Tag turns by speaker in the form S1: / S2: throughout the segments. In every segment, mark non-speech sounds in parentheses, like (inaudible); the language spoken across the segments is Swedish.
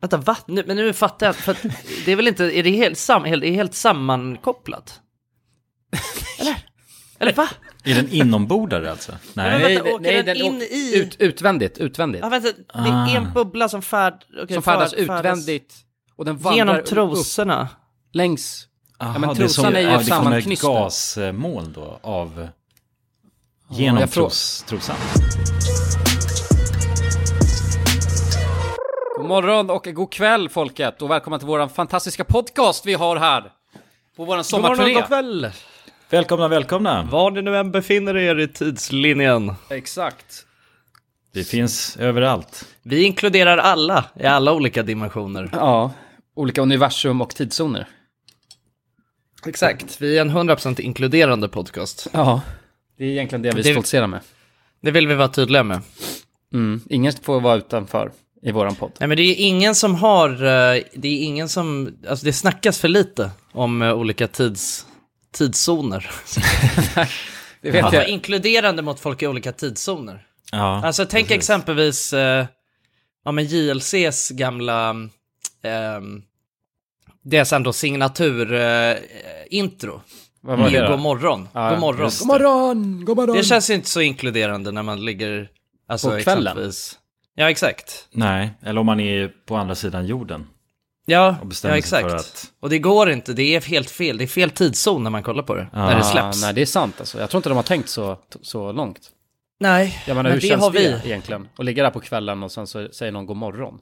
S1: Vänta, va? Nu, men nu fattar jag. För att det är väl inte, är det helt, sam, helt, är det helt sammankopplat? (laughs) Eller? Eller va?
S2: Är den inombordare alltså?
S1: Men
S2: Nej.
S3: Nej,
S1: vänta, åker
S3: nej,
S1: den,
S3: den
S1: in
S3: åker
S1: i?
S3: Ut, utvändigt, utvändigt.
S1: Ja, vänta, det är en bubbla Ah. som, färd, okej,
S3: som färdas
S1: färd-
S3: utvändigt. Och den vandrar
S1: Genom
S3: upp-
S1: trosorna.
S3: Upp, längs.
S2: Aha,
S3: ja, men
S2: det är
S3: trosan är ju
S2: ja,
S3: ett
S2: det kommer
S3: sammanknyste.
S2: gasmoln då av... Genom
S3: jag tror-
S2: tros, trosan.
S3: God morgon och god kväll folket och välkomna till våran fantastiska podcast vi har här. På våran sommarturné.
S1: kväll.
S2: Välkomna, välkomna.
S1: Var ni nu än befinner er i tidslinjen.
S3: Exakt.
S2: Vi finns överallt.
S1: Vi inkluderar alla i alla olika dimensioner.
S3: Ja, olika universum och tidszoner.
S1: Exakt, vi är en 100% inkluderande podcast.
S3: Ja, det är egentligen det vi
S1: Det-
S3: stoltserar med.
S1: Det vill vi vara tydliga med.
S3: Mm. Ingen får vara utanför i våran podd.
S1: Nej men det är ingen som har, eh, det är ingen som, alltså det snackas för lite om eh, olika tids, tidszoner.
S3: (laughs) Det vet
S1: Att vara
S3: jag.
S1: inkluderande mot folk i olika tidszoner.
S2: Ja.
S1: Alltså tänk exempelvis, eh, ja men JLCs gamla, ehm, deras ändå signatur eh, intro.
S3: Vad
S1: Det
S3: var
S1: är
S3: det
S1: ju god
S3: då?
S1: morgon,
S3: Ja,
S1: god morgon.
S2: just
S3: God morgon, god morgon.
S1: Det känns ju inte så inkluderande när man ligger, alltså
S3: På kvällen.
S1: exempelvis. Ja exakt.
S2: Nej, eller om man är på andra sidan jorden.
S1: Ja,
S2: och bestämmer
S1: ja
S2: sig
S1: exakt.
S2: för att-
S1: Och det går inte, det är helt fel. Det är fel tidszon när man kollar på det, när det släpps.
S3: Ah, nej,
S1: nej,
S3: det är sant alltså. Jag tror inte de har tänkt så, så långt. Jag menar,
S1: men
S3: hur
S1: det
S3: känns
S1: har
S3: det
S1: vi.
S3: egentligen? Att ligga där på kvällen och sen så säger någon god morgon.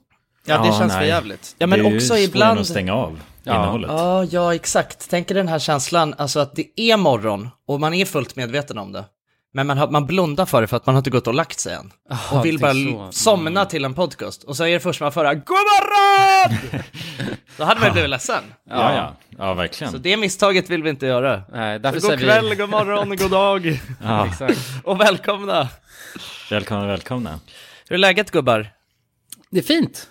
S1: Ja, det
S2: Ja,
S1: känns
S2: nej.
S1: för jävligt. Ja, men
S2: det är
S1: också
S2: ju svårare än
S1: ibland...
S2: att stänga av
S3: Ja.
S2: innehållet.
S1: Ja, ja, exakt. Tänk er den här känslan, alltså att det är morgon och man är fullt medveten om det. Men man, har, man blundar för det för att man har inte gått och lagt sig än.
S2: Ah,
S1: och vill
S3: det
S1: bara
S3: är så.
S2: Mm.
S1: somna till en podcast. Och så är det först man får höra God
S2: (laughs)
S1: morgon! Då hade man ju blivit ledsen.
S2: Ja, ja. ja verkligen.
S1: Så det misstaget vill vi inte göra.
S3: Nej, därför
S1: God
S3: säger
S1: kväll,
S3: vi...
S1: god morgon, god dag
S2: (laughs)
S1: (laughs)
S2: Ja.
S3: Exakt.
S1: och välkomna.
S2: Välkomna, välkomna.
S1: Hur är läget gubbar?
S3: Det är fint.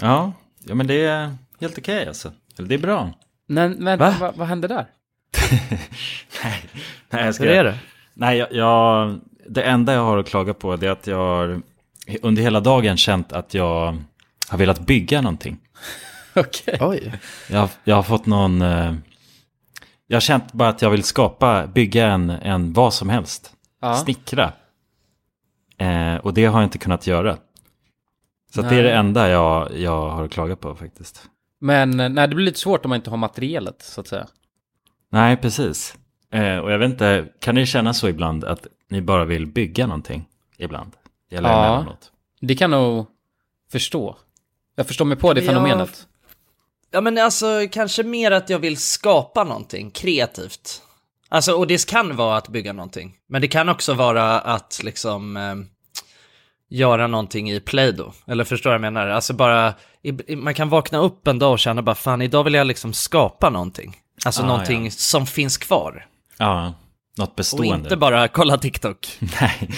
S2: Ja, ja men det är helt okej alltså. Eller det är bra.
S3: Men, men
S1: Va?
S3: vad- vad hände där?
S1: (laughs)
S2: Nej, jag ska...
S1: Hur är det?
S2: Nej, jag, jag... Det enda jag har att klaga på det är att jag har under hela dagen känt att jag har velat bygga någonting.
S3: Okej.
S1: Oj.
S2: Jag, har- jag har fått någon... eh, Jag har känt bara att jag vill skapa, bygga en, en vad som helst.
S3: Ja.
S2: Snickra. Eh, och det har jag inte kunnat göra. Så att det
S3: Nej.
S2: är det enda jag, jag har att klaga på faktiskt.
S3: Men eh, nej, det blir lite svårt om man inte har materialet, så att säga.
S2: Nej, precis. Eh, och jag vet inte, kan ni känna så ibland att ni bara vill bygga någonting? Ibland. Eller
S3: Ja.
S2: emellanåt.
S3: Det kan jag nog förstå. Jag förstår mig på det
S1: Ja.
S3: fenomenet.
S1: Ja men alltså kanske mer att jag vill skapa någonting kreativt. Alltså och det kan vara att bygga någonting. Men det kan också vara att liksom eh, göra någonting i Play-Doh. Eller förstår jag vad jag menar? Alltså bara, i, i, man kan vakna upp en dag och känna bara fan idag vill jag liksom skapa någonting. Alltså
S2: Ah,
S1: någonting
S2: ja.
S1: som finns kvar.
S2: Ja, något
S1: Och
S2: bestående.
S1: inte bara kolla TikTok.
S2: (laughs) Nej.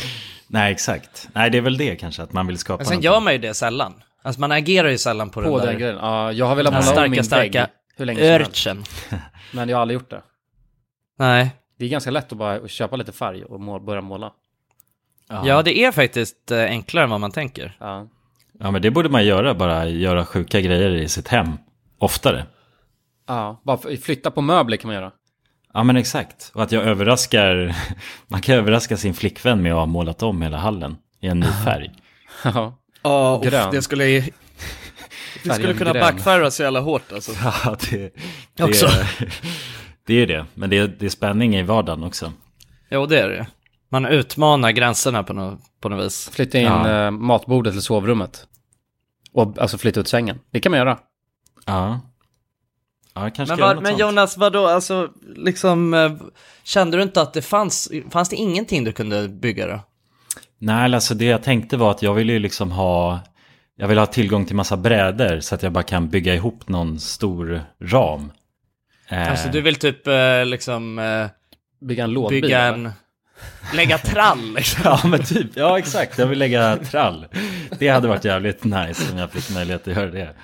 S2: Nej, exakt. Nej, det är väl det kanske, att man vill skapa
S1: Men sen
S2: någonting.
S1: Alltså, gör man ju det sällan. Alltså man agerar ju sällan på, den
S3: På den
S1: där
S3: grejen. Ja, jag har velat måla om
S1: starka,
S3: min
S1: starka
S3: vägg hur länge som helst.
S1: örtchen.
S3: Men jag har aldrig gjort det.
S1: Nej.
S3: Det är ganska lätt att bara köpa lite färg och må- börja måla.
S2: Ja.
S1: Ja, det är faktiskt eh, enklare än vad man tänker.
S3: Ja.
S2: ja, men det borde man göra, bara göra sjuka grejer i sitt hem. Oftare.
S3: Ja, bara för- flytta på möbler kan man göra.
S2: Ja, men exakt. Och att jag överraskar, (laughs) man kan överraska sin flickvän med att ha målat om hela hallen i en ny
S1: Ah. (laughs)
S2: färg.
S3: (laughs) Ja.
S1: Ja, uff,
S3: Grön.
S1: det skulle (laughs) ju... Det skulle
S3: Färgen
S1: kunna
S3: grön.
S1: backfire så jävla hårt alltså.
S2: Ja, det, det,
S1: Också.
S2: (laughs) det är det. Men det, det är spänning i vardagen också.
S1: Jo, det är det ju. Man utmanar gränserna på något, på något vis.
S3: Flytta in
S2: Ja.
S3: eh, matbordet till sovrummet. Och alltså flytta ut sängen. Det kan man göra.
S2: Ja. Ja, jag kanske
S1: Men,
S2: ska göra
S1: var,
S2: något
S1: men
S2: sånt.
S1: Jonas, vadå, alltså liksom, eh, kände du inte att det fanns, fanns det ingenting du kunde bygga då?
S2: Nej, alltså det jag tänkte var att jag vill ju liksom ha... Jag vill ha tillgång till massa brädor så att jag bara kan bygga ihop någon stor ram. Eh,
S1: Alltså du vill typ eh, liksom eh,
S3: Bygga en lådbil.
S1: bygga
S3: eller?
S1: en, lägga trall (laughs) liksom.
S2: (laughs) Ja, men typ. Ja, exakt. Jag vill lägga trall. Det hade varit jävligt nice om jag fick möjlighet att göra det.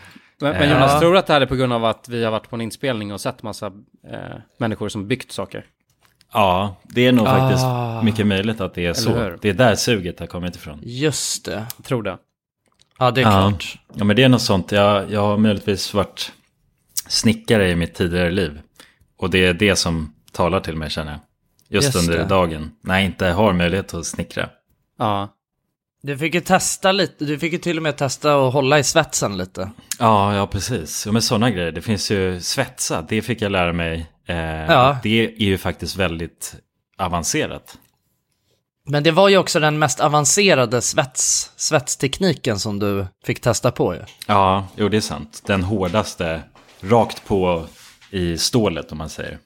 S3: Men, men
S2: Ja.
S3: Jonas, tror du att det här är på grund av att vi har varit på en inspelning och sett massa eh, människor som byggt saker?
S2: Ja, det är nog faktiskt
S3: Ah.
S2: mycket möjligt att det är så.
S3: Eller hur?
S2: Det är där suget har kommit ifrån.
S1: Just det.
S3: Tror det.
S1: Ja, det är
S2: Ja.
S1: klart.
S2: ja, men det är något sånt. Jag, jag har möjligtvis varit snickare i mitt tidigare liv. Och det är det som talar till mig känner jag. Just,
S1: Just
S2: under
S1: det.
S2: dagen. När jag inte har möjlighet att snickra.
S3: Ja.
S1: Du fick ju testa lite, du fick ju till och med testa att hålla i svetsen lite.
S2: Ja, ja precis. Ja, men sådana grejer. Det finns ju svetsa. Det fick jag lära mig. Eh,
S1: Ja.
S2: Det är ju faktiskt väldigt avancerat.
S1: Men det var ju också den mest avancerade svets, svetstekniken som du fick testa på ju.
S2: Ja, jo det är sant. Den hårdaste rakt på i stålet om man säger.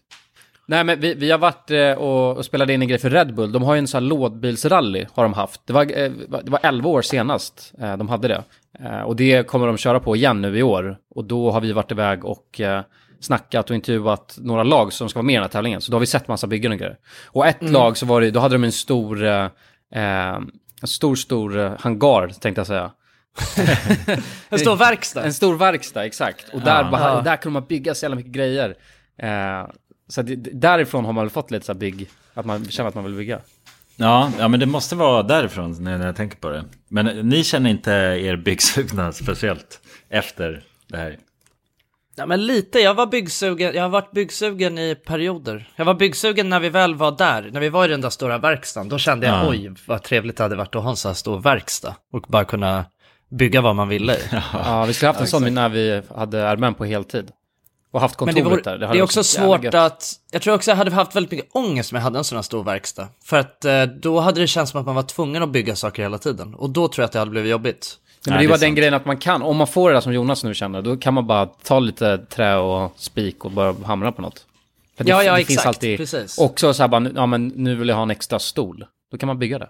S3: Nej men vi, vi har varit eh, och, och spelade in en grej för Red Bull. De har ju en sån här lådbilsrally har de haft. Det var, eh, det var 11 år senast eh, de hade det. Eh, och det kommer de köra på igen nu i år. Och då har vi varit iväg och eh, snackat och intervjuat några lag som ska vara med i den här tävlingen. Så då har vi sett massa byggen och grejer. Och ett lag så var det, då hade de en stor, eh, eh, en stor, stor eh, hangar tänkte jag säga.
S1: En stor verkstad.
S3: En stor verkstad, exakt. Och där, bara, där kunde man bygga så jävla mycket grejer. Eh, så att det, det- därifrån har man väl fått lite så här bygg, att man känner att man vill bygga.
S2: Ja, ja, men det måste vara därifrån nu när jag tänker på det. Men eh, ni känner inte er byggsugna (laughs) speciellt efter det här?
S1: Ja, men lite. Jag var byggsugen, jag har varit byggsugen i perioder. Jag var byggsugen när vi väl var där, när vi var i den där stora verkstaden. Då kände jag,
S2: Ja.
S1: oj, vad trevligt det hade varit att ha en så här stor verkstad. Och bara kunna bygga vad man ville i.
S3: (laughs) Ja, vi skulle haft en sån när vi hade Armen på heltid. Och haft
S1: Men
S3: kontoret
S1: det, vore,
S3: där.
S1: det,
S3: hade
S1: är
S3: varit
S1: också
S3: så jävla
S1: svårt
S3: gött.
S1: att... Jag tror också jag hade haft väldigt mycket ångest om jag hade en sån här stor verkstad. För att eh, då hade det känts som att man var tvungen att bygga saker hela tiden. Och då tror jag att det hade blivit jobbigt.
S3: Nej, men
S2: Nej,
S3: det
S2: det
S3: är
S2: är
S3: bara den
S2: sant.
S3: grejen att man kan, om man får det där som Jonas nu känner, då kan man bara ta lite trä och spik och bara hamra på något. För
S1: Ja, ja,
S3: det
S1: exakt, precis.
S3: Också så här bara, nu- ja men nu vill jag ha en extra stol. Då kan man bygga det.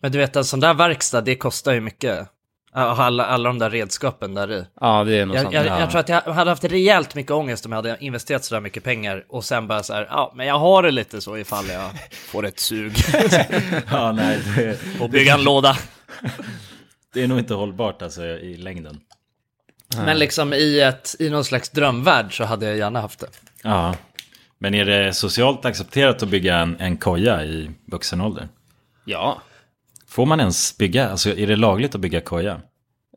S1: Men du vet, en sån där verkstad, det kostar ju mycket. Alla, alla de där redskapen där i.
S3: Ja, det är nog
S1: Jag,
S3: sant.
S1: jag, jag tror att jag hade haft rejält mycket ångest om jag hade investerat sådär mycket pengar och sen bara så här, ja, men jag har det lite så ifall jag (laughs) får ett (laughs) sug
S2: Ja, nej, det,
S1: och bygga en låda.
S2: det är nog inte hållbart alltså i längden.
S1: Men liksom i, ett, i någon slags drömvärld så hade jag gärna haft det.
S2: Ja, men är det socialt accepterat att bygga en, en koja i vuxen ålder?
S3: Ja.
S2: Får man ens bygga, alltså är det lagligt att bygga koja?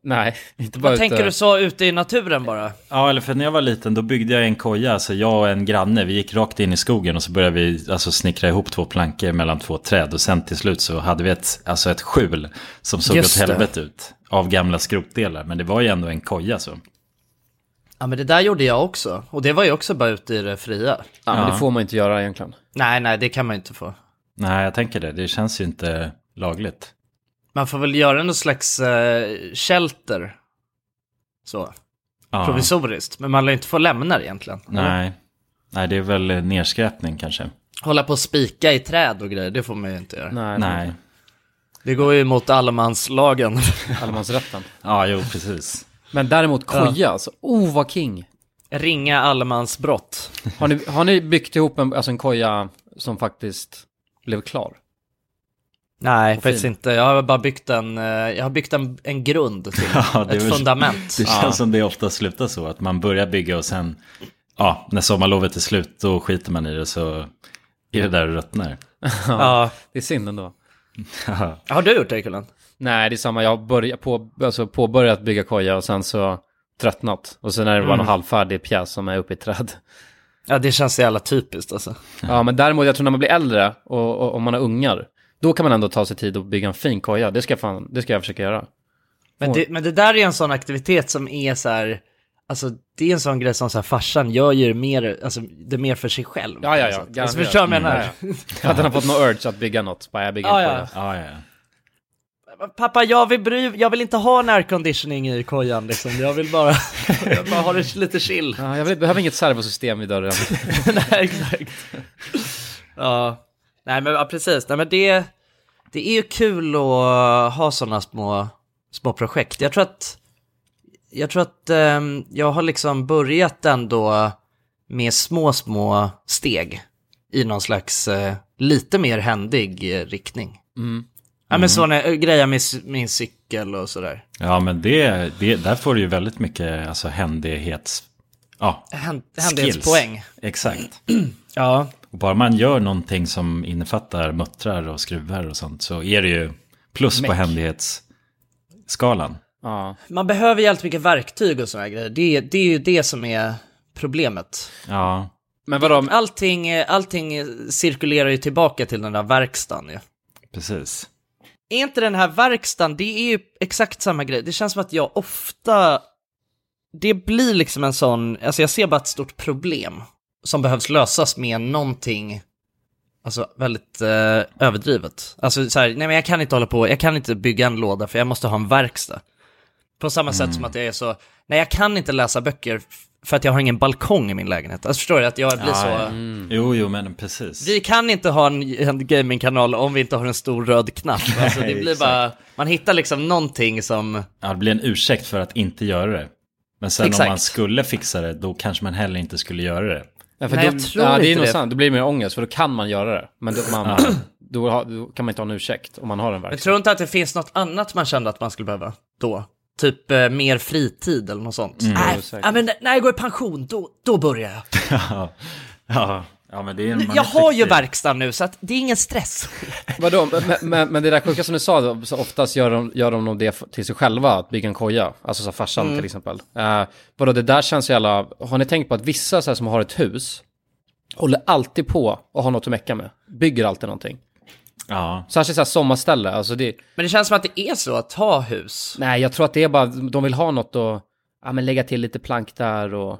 S3: Nej, (laughs) inte bara
S1: Vad tänker
S3: ute.
S1: du så ute i naturen bara?
S2: Ja, eller för när jag var liten då byggde jag en koja, alltså jag och en granne, vi gick rakt in i skogen och så började vi alltså, snickra ihop två plankor mellan två träd och sen till slut så hade vi ett, alltså, ett skjul som såg
S1: Just
S2: åt
S1: det.
S2: helvete ut av gamla skrotdelar, men det var ju ändå en koja så.
S1: Ja men det där gjorde jag också. Och det var ju också bara ute i det fria.
S3: Ja, men det får man inte göra egentligen.
S1: Nej, nej, det kan man ju inte få.
S2: Nej, jag tänker det, det känns ju inte lagligt.
S1: Man får väl göra någon slags eh, shelter. Så,
S2: Ja,
S1: provisoriskt. Men man lär ju inte få lämna det egentligen.
S2: nej. nej, det är väl eh, nedskräpning kanske.
S1: Hålla på och spika i träd och grejer, det får man ju inte göra.
S3: Nej,
S2: Nej.
S1: Det går ju emot allemanslagen.
S3: allemansrätten.
S2: Ja, jo, precis.
S3: Men däremot koja, alltså, oh vad king.
S1: (laughs) Ringa allemansbrott.
S3: Har ni, har ni byggt ihop en, alltså en koja som faktiskt blev klar?
S1: Nej, faktiskt
S3: fin.
S1: inte. Jag har bara byggt en, eh, jag har byggt en, en grund till
S2: Ja, det är
S1: ett
S2: väl-
S1: fundament.
S2: Det känns som det ofta slutar så, att man börjar bygga och sen, ja, när sommarlovet är slut, då skiter man i det så är det där och ruttnar.
S1: Ja.
S3: Det är synd ändå.
S1: Har du gjort det, Kullen?
S3: Nej, det är samma. Jag har börjat på, alltså påbörjat bygga koja och sen så tröttnat. Och sen är det bara en halvfärdig pjäs som är uppe i träd.
S1: Ja, det känns så jävla typiskt alltså.
S3: Ja, men däremot, jag tror när man blir äldre och, och om man har ungar, då kan man ändå ta sig tid att bygga en fin koja. Det ska, jag fan, det ska jag försöka göra.
S1: Men det, men det där är en sån aktivitet som är så här, alltså det är en sån grej som så här, farsan gör ju mer, alltså, det mer för sig själv.
S3: Ja, ja, ja.
S1: Alltså, Alltså,
S3: Garanterat. Mm,
S1: förstår du vad jag menar?
S3: För att han har fått någon urge att bygga något. Bara, jag bygger en
S1: Ja, ja.
S3: koja.
S2: Ja, ja.
S1: Pappa, jag vill, bry, jag vill inte ha en airconditioning i kojan liksom. Jag vill bara, (laughs) jag bara ha det lite chill.
S3: Ja, jag vill- behöver inget servosystem i (laughs) dörren.
S1: (laughs) Nej, exakt. ja. Nej, men ja, precis. Nej, men det, det är ju kul att ha sådana små, små projekt. Jag tror att, jag, tror att ehm, jag har liksom börjat ändå med små, små steg i någon slags eh, lite mer händig eh, riktning. Ja, men sådana grejer eh, med c- min cykel och sådär.
S2: ja men det, det, där får du ju väldigt mycket alltså, händighets... Ja,
S1: Händ-
S2: skills.
S1: Händighetspoäng.
S2: Exakt.
S1: Ja.
S2: Och bara man gör någonting som innefattar muttrar och skruvar och sånt så är det ju plus på händighetsskalan.
S3: Ja.
S1: Man behöver jävligt mycket verktyg och sådana grejer. Det, det är ju det som är problemet.
S4: Ja.
S3: Men vadå,
S1: Allting, eh, allting cirkulerar ju tillbaka till den där verkstaden ju.
S4: Precis.
S1: Är inte den här verkstaden, det är ju exakt samma grej. Det känns som att jag ofta... Det blir liksom en sån, alltså jag ser bara ett stort problem som behövs lösas med någonting, alltså väldigt eh, överdrivet. Alltså så här, nej men jag kan inte hålla på, jag kan inte bygga en låda för jag måste ha en verkstad. På samma sätt som att jag är så, nej jag kan inte läsa böcker f- för att jag har ingen balkong i min lägenhet. Alltså förstår du att jag blir så...
S2: Mm.
S4: Jo, jo, men precis.
S1: Vi kan inte ha en, en gamingkanal om vi inte har en stor röd knapp. Alltså, det
S4: Nej,
S1: blir
S4: exakt.
S1: bara, man hittar liksom någonting som...
S4: Ja, det blir en ursäkt för att inte göra det. Men sen
S1: Exakt.
S4: om man skulle fixa det, då kanske man heller inte skulle göra det.
S3: Ja, för
S1: Nej,
S3: då,
S1: jag tror
S3: ja, det. Är
S1: inte
S3: nog
S1: det.
S3: sant. Då blir det mer ångest, för då kan man göra det. Men då, man, (clears throat) då, har, då kan man inte ha en ursäkt om man har en
S1: Jag
S3: verkstad.
S1: tror inte att det finns något annat man kände att man skulle behöva då. Typ eh, mer fritid eller något sånt. Nej,
S3: säkert.
S1: ja, men när jag går i pension, då, då börjar jag.
S4: Ja, ja men det är man är
S1: Jag har ju
S4: flyktig.
S1: verkstad nu, så att det är ingen stress.
S3: Vadå, men, men, men det där sjuka som du sa, då, så oftast gör de, gör de nog det f- till sig själva, att bygga en koja. Alltså så här, farsan till exempel. Uh, vadå, det där känns ju jävla... Har ni tänkt på att vissa så här, som har ett hus, håller alltid på och har något att mecka med. Bygger alltid någonting.
S4: Ja,
S3: Särskilt så här sommarställe, alltså det...
S1: Men det känns som att det är så att ha hus.
S3: Nej, jag tror att det är bara, de vill ha något att, ja men lägga till lite plank där och...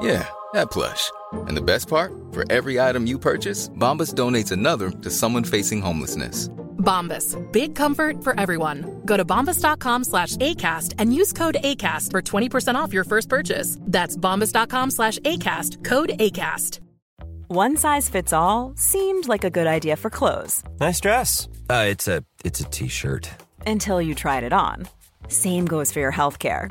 S5: Yeah, that plush. And the best part? For every item you purchase, Bombas donates another to someone facing homelessness.
S6: Bombas. Big comfort for everyone. Go to bombas.com slash ACAST and use code ACAST for 20% off your first purchase. That's bombas.com slash ACAST. Code ACAST.
S7: One size fits all seemed like a good idea for clothes
S8: Nice dress. Uh, it's a it's a t-shirt.
S7: until you tried it on. Same goes for your healthcare.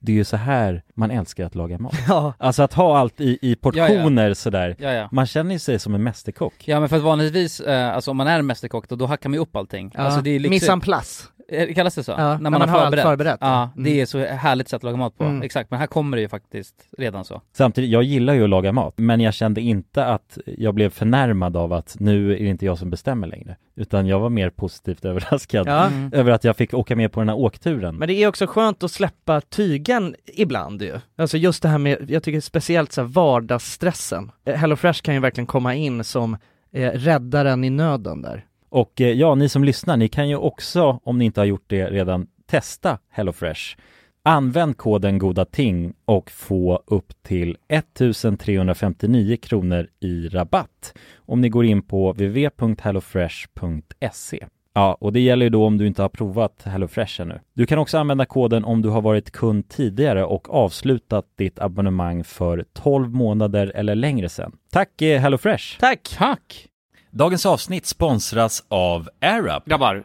S2: det är ju så här man älskar att laga mat.
S9: (laughs) Ja.
S2: Alltså att ha allt i, i portioner sådär.
S10: Ja, ja.
S2: Man känner ju sig som en mästerkock.
S10: Ja men för att vanligtvis, eh, alltså om man är en mästerkock då, då hackar man ju upp allting.
S9: Ja.
S10: Alltså det är lyxigt.
S9: Mise en place.
S10: Eh, Kallas det så?
S9: Ja, när man har allt förberett.
S10: Ja,
S9: Mm.
S10: det är så härligt sätt att laga mat på.
S9: Mm.
S10: Exakt, men här kommer det ju faktiskt redan så.
S2: Samtidigt, jag gillar ju att laga mat, men jag kände inte att jag blev förnärmad av att nu är det inte jag som bestämmer längre. Utan jag var mer positivt (laughs) överraskad
S9: Ja.
S2: över att jag fick åka med på den här åkturen.
S9: Men det är också skönt att släppa tygen ibland ju. Alltså just det här med, jag tycker speciellt så här vardagsstressen. Eh, HelloFresh kan ju verkligen komma in som eh, räddaren i nöden där.
S2: Och eh, ja, ni som lyssnar, ni kan ju också, om ni inte har gjort det redan, testa HelloFresh. Använd koden goda ting och få upp till 1359 kronor i rabatt om ni går in på www.hellofresh.se. Ja, och det gäller ju då om du inte har provat HelloFresh ännu. Du kan också använda koden om du har varit kund tidigare och avslutat ditt abonnemang för 12 månader eller längre sedan. Tack eh, HelloFresh!
S9: Tack!
S10: Tack!
S4: Dagens avsnitt sponsras av AirUp.
S3: Grabbar,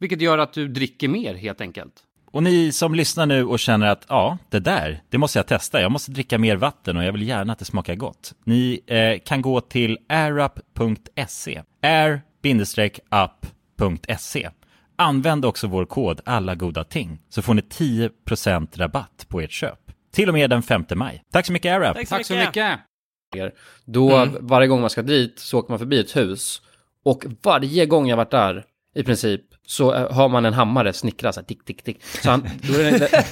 S3: vilket gör att du dricker mer helt enkelt.
S2: Och ni som lyssnar nu och känner att ja, det där, det måste jag testa. Jag måste dricka mer vatten och jag vill gärna att det smakar gott. Ni eh, kan gå till airup.se. air-up.se. Använd också vår kod alla goda ting så får ni 10% rabatt på ert köp. Till och med den 5 maj. Tack så mycket Airup.
S3: Tack så mycket. Mm. Då varje gång man ska dit så åker man förbi ett hus. Och varje gång jag varit där, i princip, så eh, har man en hammare snickra så här tick, tick, tick. Så han, då är det, (laughs) det,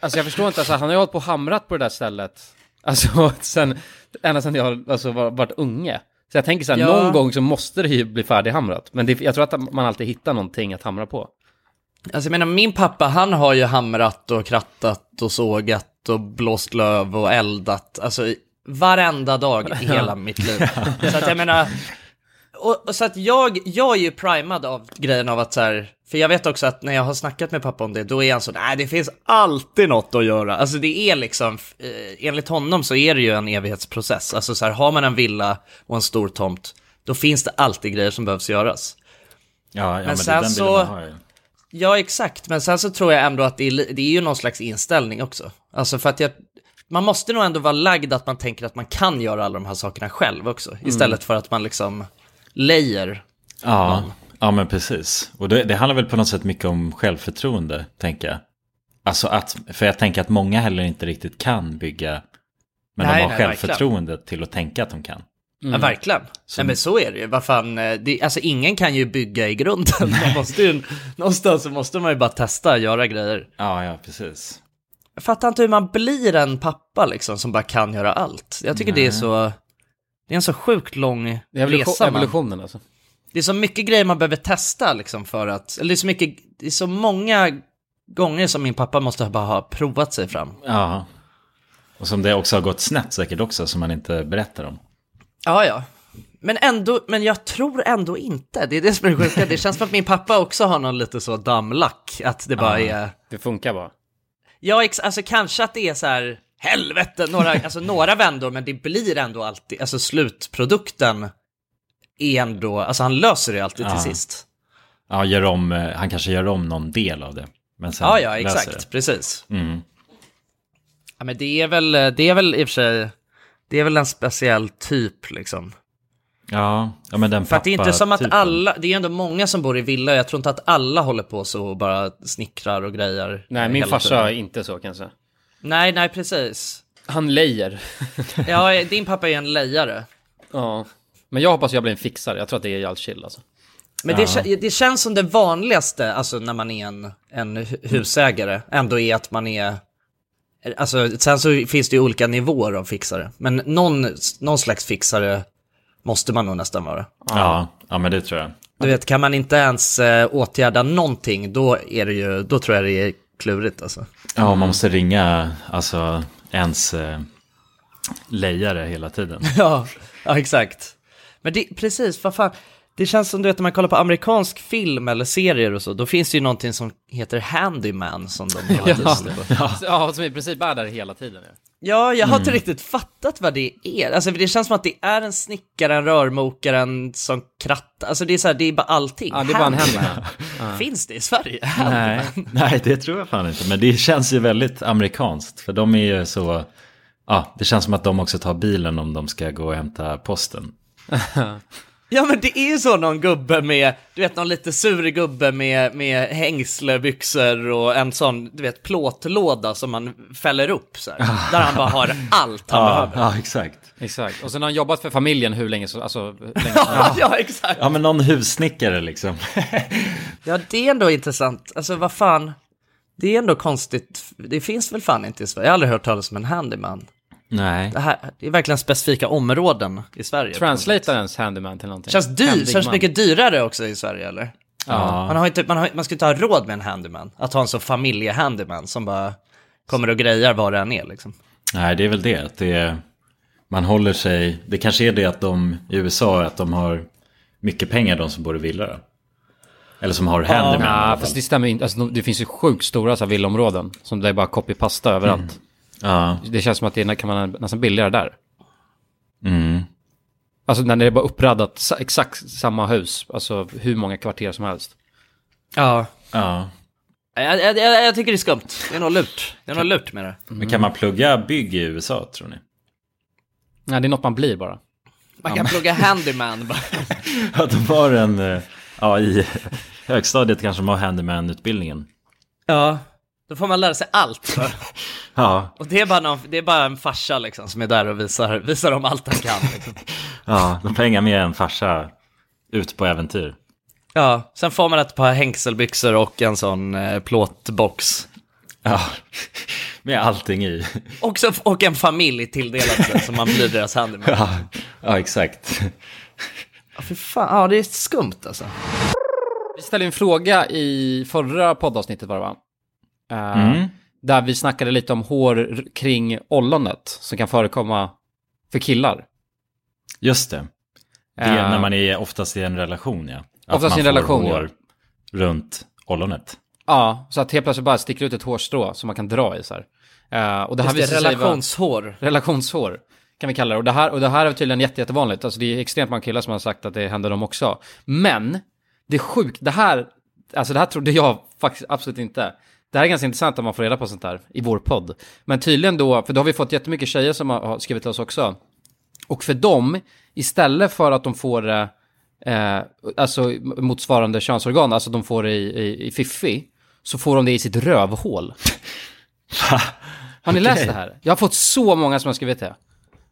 S3: alltså jag förstår inte, alltså, han har ju hållit på och hamrat på det där stället. Alltså (laughs) sen, ända sedan jag alltså, var, varit unge. Så jag tänker så här,
S8: Ja.
S3: någon gång så måste det ju bli färdighamrat. Men det, jag tror att man alltid hittar någonting att hamra på.
S1: Alltså jag menar, min pappa han har ju hamrat och krattat och sågat och blåst löv och eldat. Alltså i- varenda dag i hela mitt liv. Så att jag menar, och, och så att jag, jag är ju primad av grejen av att så här, för jag vet också att när jag har snackat med pappa om det, då är han så, nej det finns alltid något att göra. Alltså det är liksom, eh, enligt honom så är det ju en evighetsprocess. Alltså så här, har man en villa och en stor tomt, då finns det alltid grejer som behövs göras.
S2: Ja, ja, men, det
S1: sen
S2: är den bilden
S1: så-
S2: man har ju.
S1: Ja, exakt. Men sen så tror jag ändå att det är, li- det är ju någon slags inställning också. Alltså för att jag, man måste nog ändå vara lagd att man tänker att man kan göra alla de här sakerna själv också. Istället för att man liksom lejer.
S2: Ja, ja men precis. Och det, det handlar väl på något sätt mycket om självförtroende, tänker jag. Alltså att, för jag tänker att många heller inte riktigt kan bygga, men
S1: Nej,
S2: de har
S1: nej,
S2: självförtroendet till att tänka att de kan.
S1: Ja, verkligen. Nej, men så är det ju. Vad fan, eh, det, alltså ingen kan ju bygga i grunden. Man måste ju, någonstans så måste man ju bara testa och göra grejer.
S2: Ja, ja, precis.
S1: Jag fattar inte hur man blir en pappa liksom som bara kan göra allt. Jag tycker det är
S3: Nej.
S1: så, det är en så sjukt lång
S3: Det är evolution,
S1: resa. man-
S3: evolutionen alltså.
S1: Det är så mycket grejer man behöver testa liksom för att, eller det är så mycket, det är så många gånger som min pappa måste ha bara ha provat sig fram.
S2: Ja. Och som det också har gått snett säkert också, som man inte berättar om.
S1: Ja, ja. Men ändå, men jag tror ändå inte, det är det som är det sjuka, det känns som att min pappa också har någon lite så dammlack, att det bara
S3: Ja.
S1: är,
S3: Det funkar bara.
S1: ja ex- alltså kanske att det är så här, helvete, några, alltså några vändor, men det blir ändå alltid, alltså slutprodukten är ändå, alltså han löser det alltid
S2: Ja.
S1: till sist.
S2: Ja, gör om, eh, han kanske gör om någon del av det. Men sen
S1: Ja, ja,
S2: löser
S1: exakt, precis.
S2: Det. Mm.
S1: Ja, men det är väl, det är väl i och för sig, det är väl en speciell typ liksom.
S2: Ja, ja, men den
S1: För att det är inte som att
S2: pappa-typen.
S1: alla, det är ändå många som bor i villa och jag tror inte att alla håller på så och bara snickrar och grejer.
S3: Nej,
S1: eh,
S3: min
S1: hela
S3: farsa är
S1: tiden.
S3: inte så kanske.
S1: Nej, nej precis.
S3: Han lejer.
S1: Ja, din pappa är en lejare.
S3: Ja. Men jag hoppas jag blir en fixare. Jag tror att det är allt chill alltså.
S1: Men det, kä- det känns som det vanligaste, alltså när man är en, en hu- husägare, ändå är att man är... Alltså, sen så finns det ju olika nivåer av fixare, men någon, någon slags fixare måste man nog nästan vara.
S2: Ja, ja, men det tror jag.
S1: Du vet, kan man inte ens eh, åtgärda någonting, då är det ju, då tror jag det är klurigt alltså.
S2: Ja, man måste ringa alltså ens eh, lejare hela tiden.
S1: (laughs) Ja, ja exakt. Men det, precis, vad fan. Det känns som du vet när man kollar på amerikansk film eller serier och så, då finns det ju någonting som heter handyman som de (laughs) har.
S3: Ja.
S1: listor på.
S3: Ja. som i princip är där hela tiden. ja.
S1: ja, jag har inte
S3: Mm.
S1: riktigt fattat vad det är. Alltså det känns som att det är en snickare, en rörmokare, en som kratt. Alltså det är så här, det är bara allting.
S3: Ja, det är bara en
S1: Handyman. (laughs)
S3: hemma.
S1: Finns det i Sverige?
S2: Nej, nej, det tror jag fan inte. Men det känns ju väldigt amerikanskt. För de är ju så... Ja, det känns som att de också tar bilen om de ska gå och hämta posten.
S1: Ja men det är ju så någon gubbe med, du vet någon lite sur gubbe med, med hängslebyxor och en sån, du vet plåtlåda som man fäller upp så
S3: (laughs)
S1: här, Där han bara har allt han
S2: Ja,
S1: behöver.
S2: ja, exakt.
S3: (laughs) Exakt. Och sen har han jobbat för familjen hur länge som, alltså, hur länge som
S1: Ja, (laughs) ja exakt.
S2: Ja, men någon
S1: (laughs)
S2: hussnickare liksom.
S1: Ja det är ändå intressant, alltså vad fan. Det är ändå konstigt, det finns väl fan inte i Sverige, jag har aldrig hört talas om en handyman.
S2: Nej.
S1: Det, här, det är verkligen specifika områden i Sverige.
S3: Translatar ens handyman till någonting?
S1: Känns dyr,
S3: Handyman.
S1: känns mycket dyrare också i Sverige eller?
S2: Ja.
S1: Man, har inte, man, har, man ska inte ha råd med en handyman, att ha en sån familjehandyman som bara kommer och grejar var den är liksom.
S2: Nej, det är väl det. Att det är, man håller sig... Det kanske är det att de i USA, att de har mycket pengar de som bor i villa. då. Eller som har handyman. i alla
S3: Ja,
S2: fall.
S3: fast det stämmer ju inte. Alltså, de- det finns ju sjukt stora så här, villaområden som det är bara copy-pasta överallt.
S2: Ja.
S3: Det känns som att det är, kan man nästan billigare där.
S2: Mm.
S3: Alltså när det är bara uppraddat sa- exakt samma hus, alltså hur många kvarter som helst.
S1: Ja.
S2: ja.
S1: Jag, jag, jag, jag tycker det är skumt, det är något lurt. Det är något lurt med det.
S2: Men kan man plugga bygg i USA, tror ni?
S3: Nej, det är något man blir bara.
S1: Man kan plugga handyman bara.
S2: (laughs) Ja, de har en... eh, Ja, i (laughs) högstadiet kanske de har handyman-utbildningen.
S1: Ja. Då får man lära sig allt. va?
S2: Ja,
S1: Och det är bara, någon, det är bara en farsa liksom som är där och visar, visar dem allt han kan. Liksom.
S2: ja, de får hänga med en farsa ut på äventyr.
S1: Ja, sen får man ett par hängselbyxor och en sån eh, plåtbox.
S2: Ja, (laughs) med allting i.
S1: Och, så, och en familj tilldelad (laughs) sig som man blir deras handyman.
S2: (laughs) Ja, ja exakt.
S1: Ja, fy fan. Ja, det är skumt alltså.
S3: Vi ställde ju en fråga i förra poddavsnittet var det va? Eh,
S2: Mm.
S3: Där vi snackade lite om hår r- kring ollonet som kan förekomma för killar.
S2: Just det. Det är
S3: Eh,
S2: när man är oftast i en relation, ja. Att
S3: Oftast
S2: man
S3: i en relation,
S2: får
S3: ja.
S2: hår runt ollonet.
S3: Ja, så att helt plötsligt bara sticker ut ett hårstrå som man kan dra i så här. Eh, och det här
S1: Just det,
S3: visar sig vara-
S1: relationshår.
S3: Relationshår kan vi kalla det. Och det här, och det här är tydligen jätte, jättevanligt. Alltså det är extremt många killar som har sagt att det händer dem också. Men det är sjukt, det här, alltså det här trodde jag faktiskt absolut inte. Det här är ganska intressant att man får reda på sånt här i vår podd. Men tydligen då, för då har vi fått jättemycket tjejer som har- har skrivit till oss också. Och för dem, istället för att de får det, eh, alltså motsvarande könsorgan, alltså de får det i, i, i fiffi, så får de det i sitt rövhål. Har ni läst det här? Jag har fått så många som har skrivit det.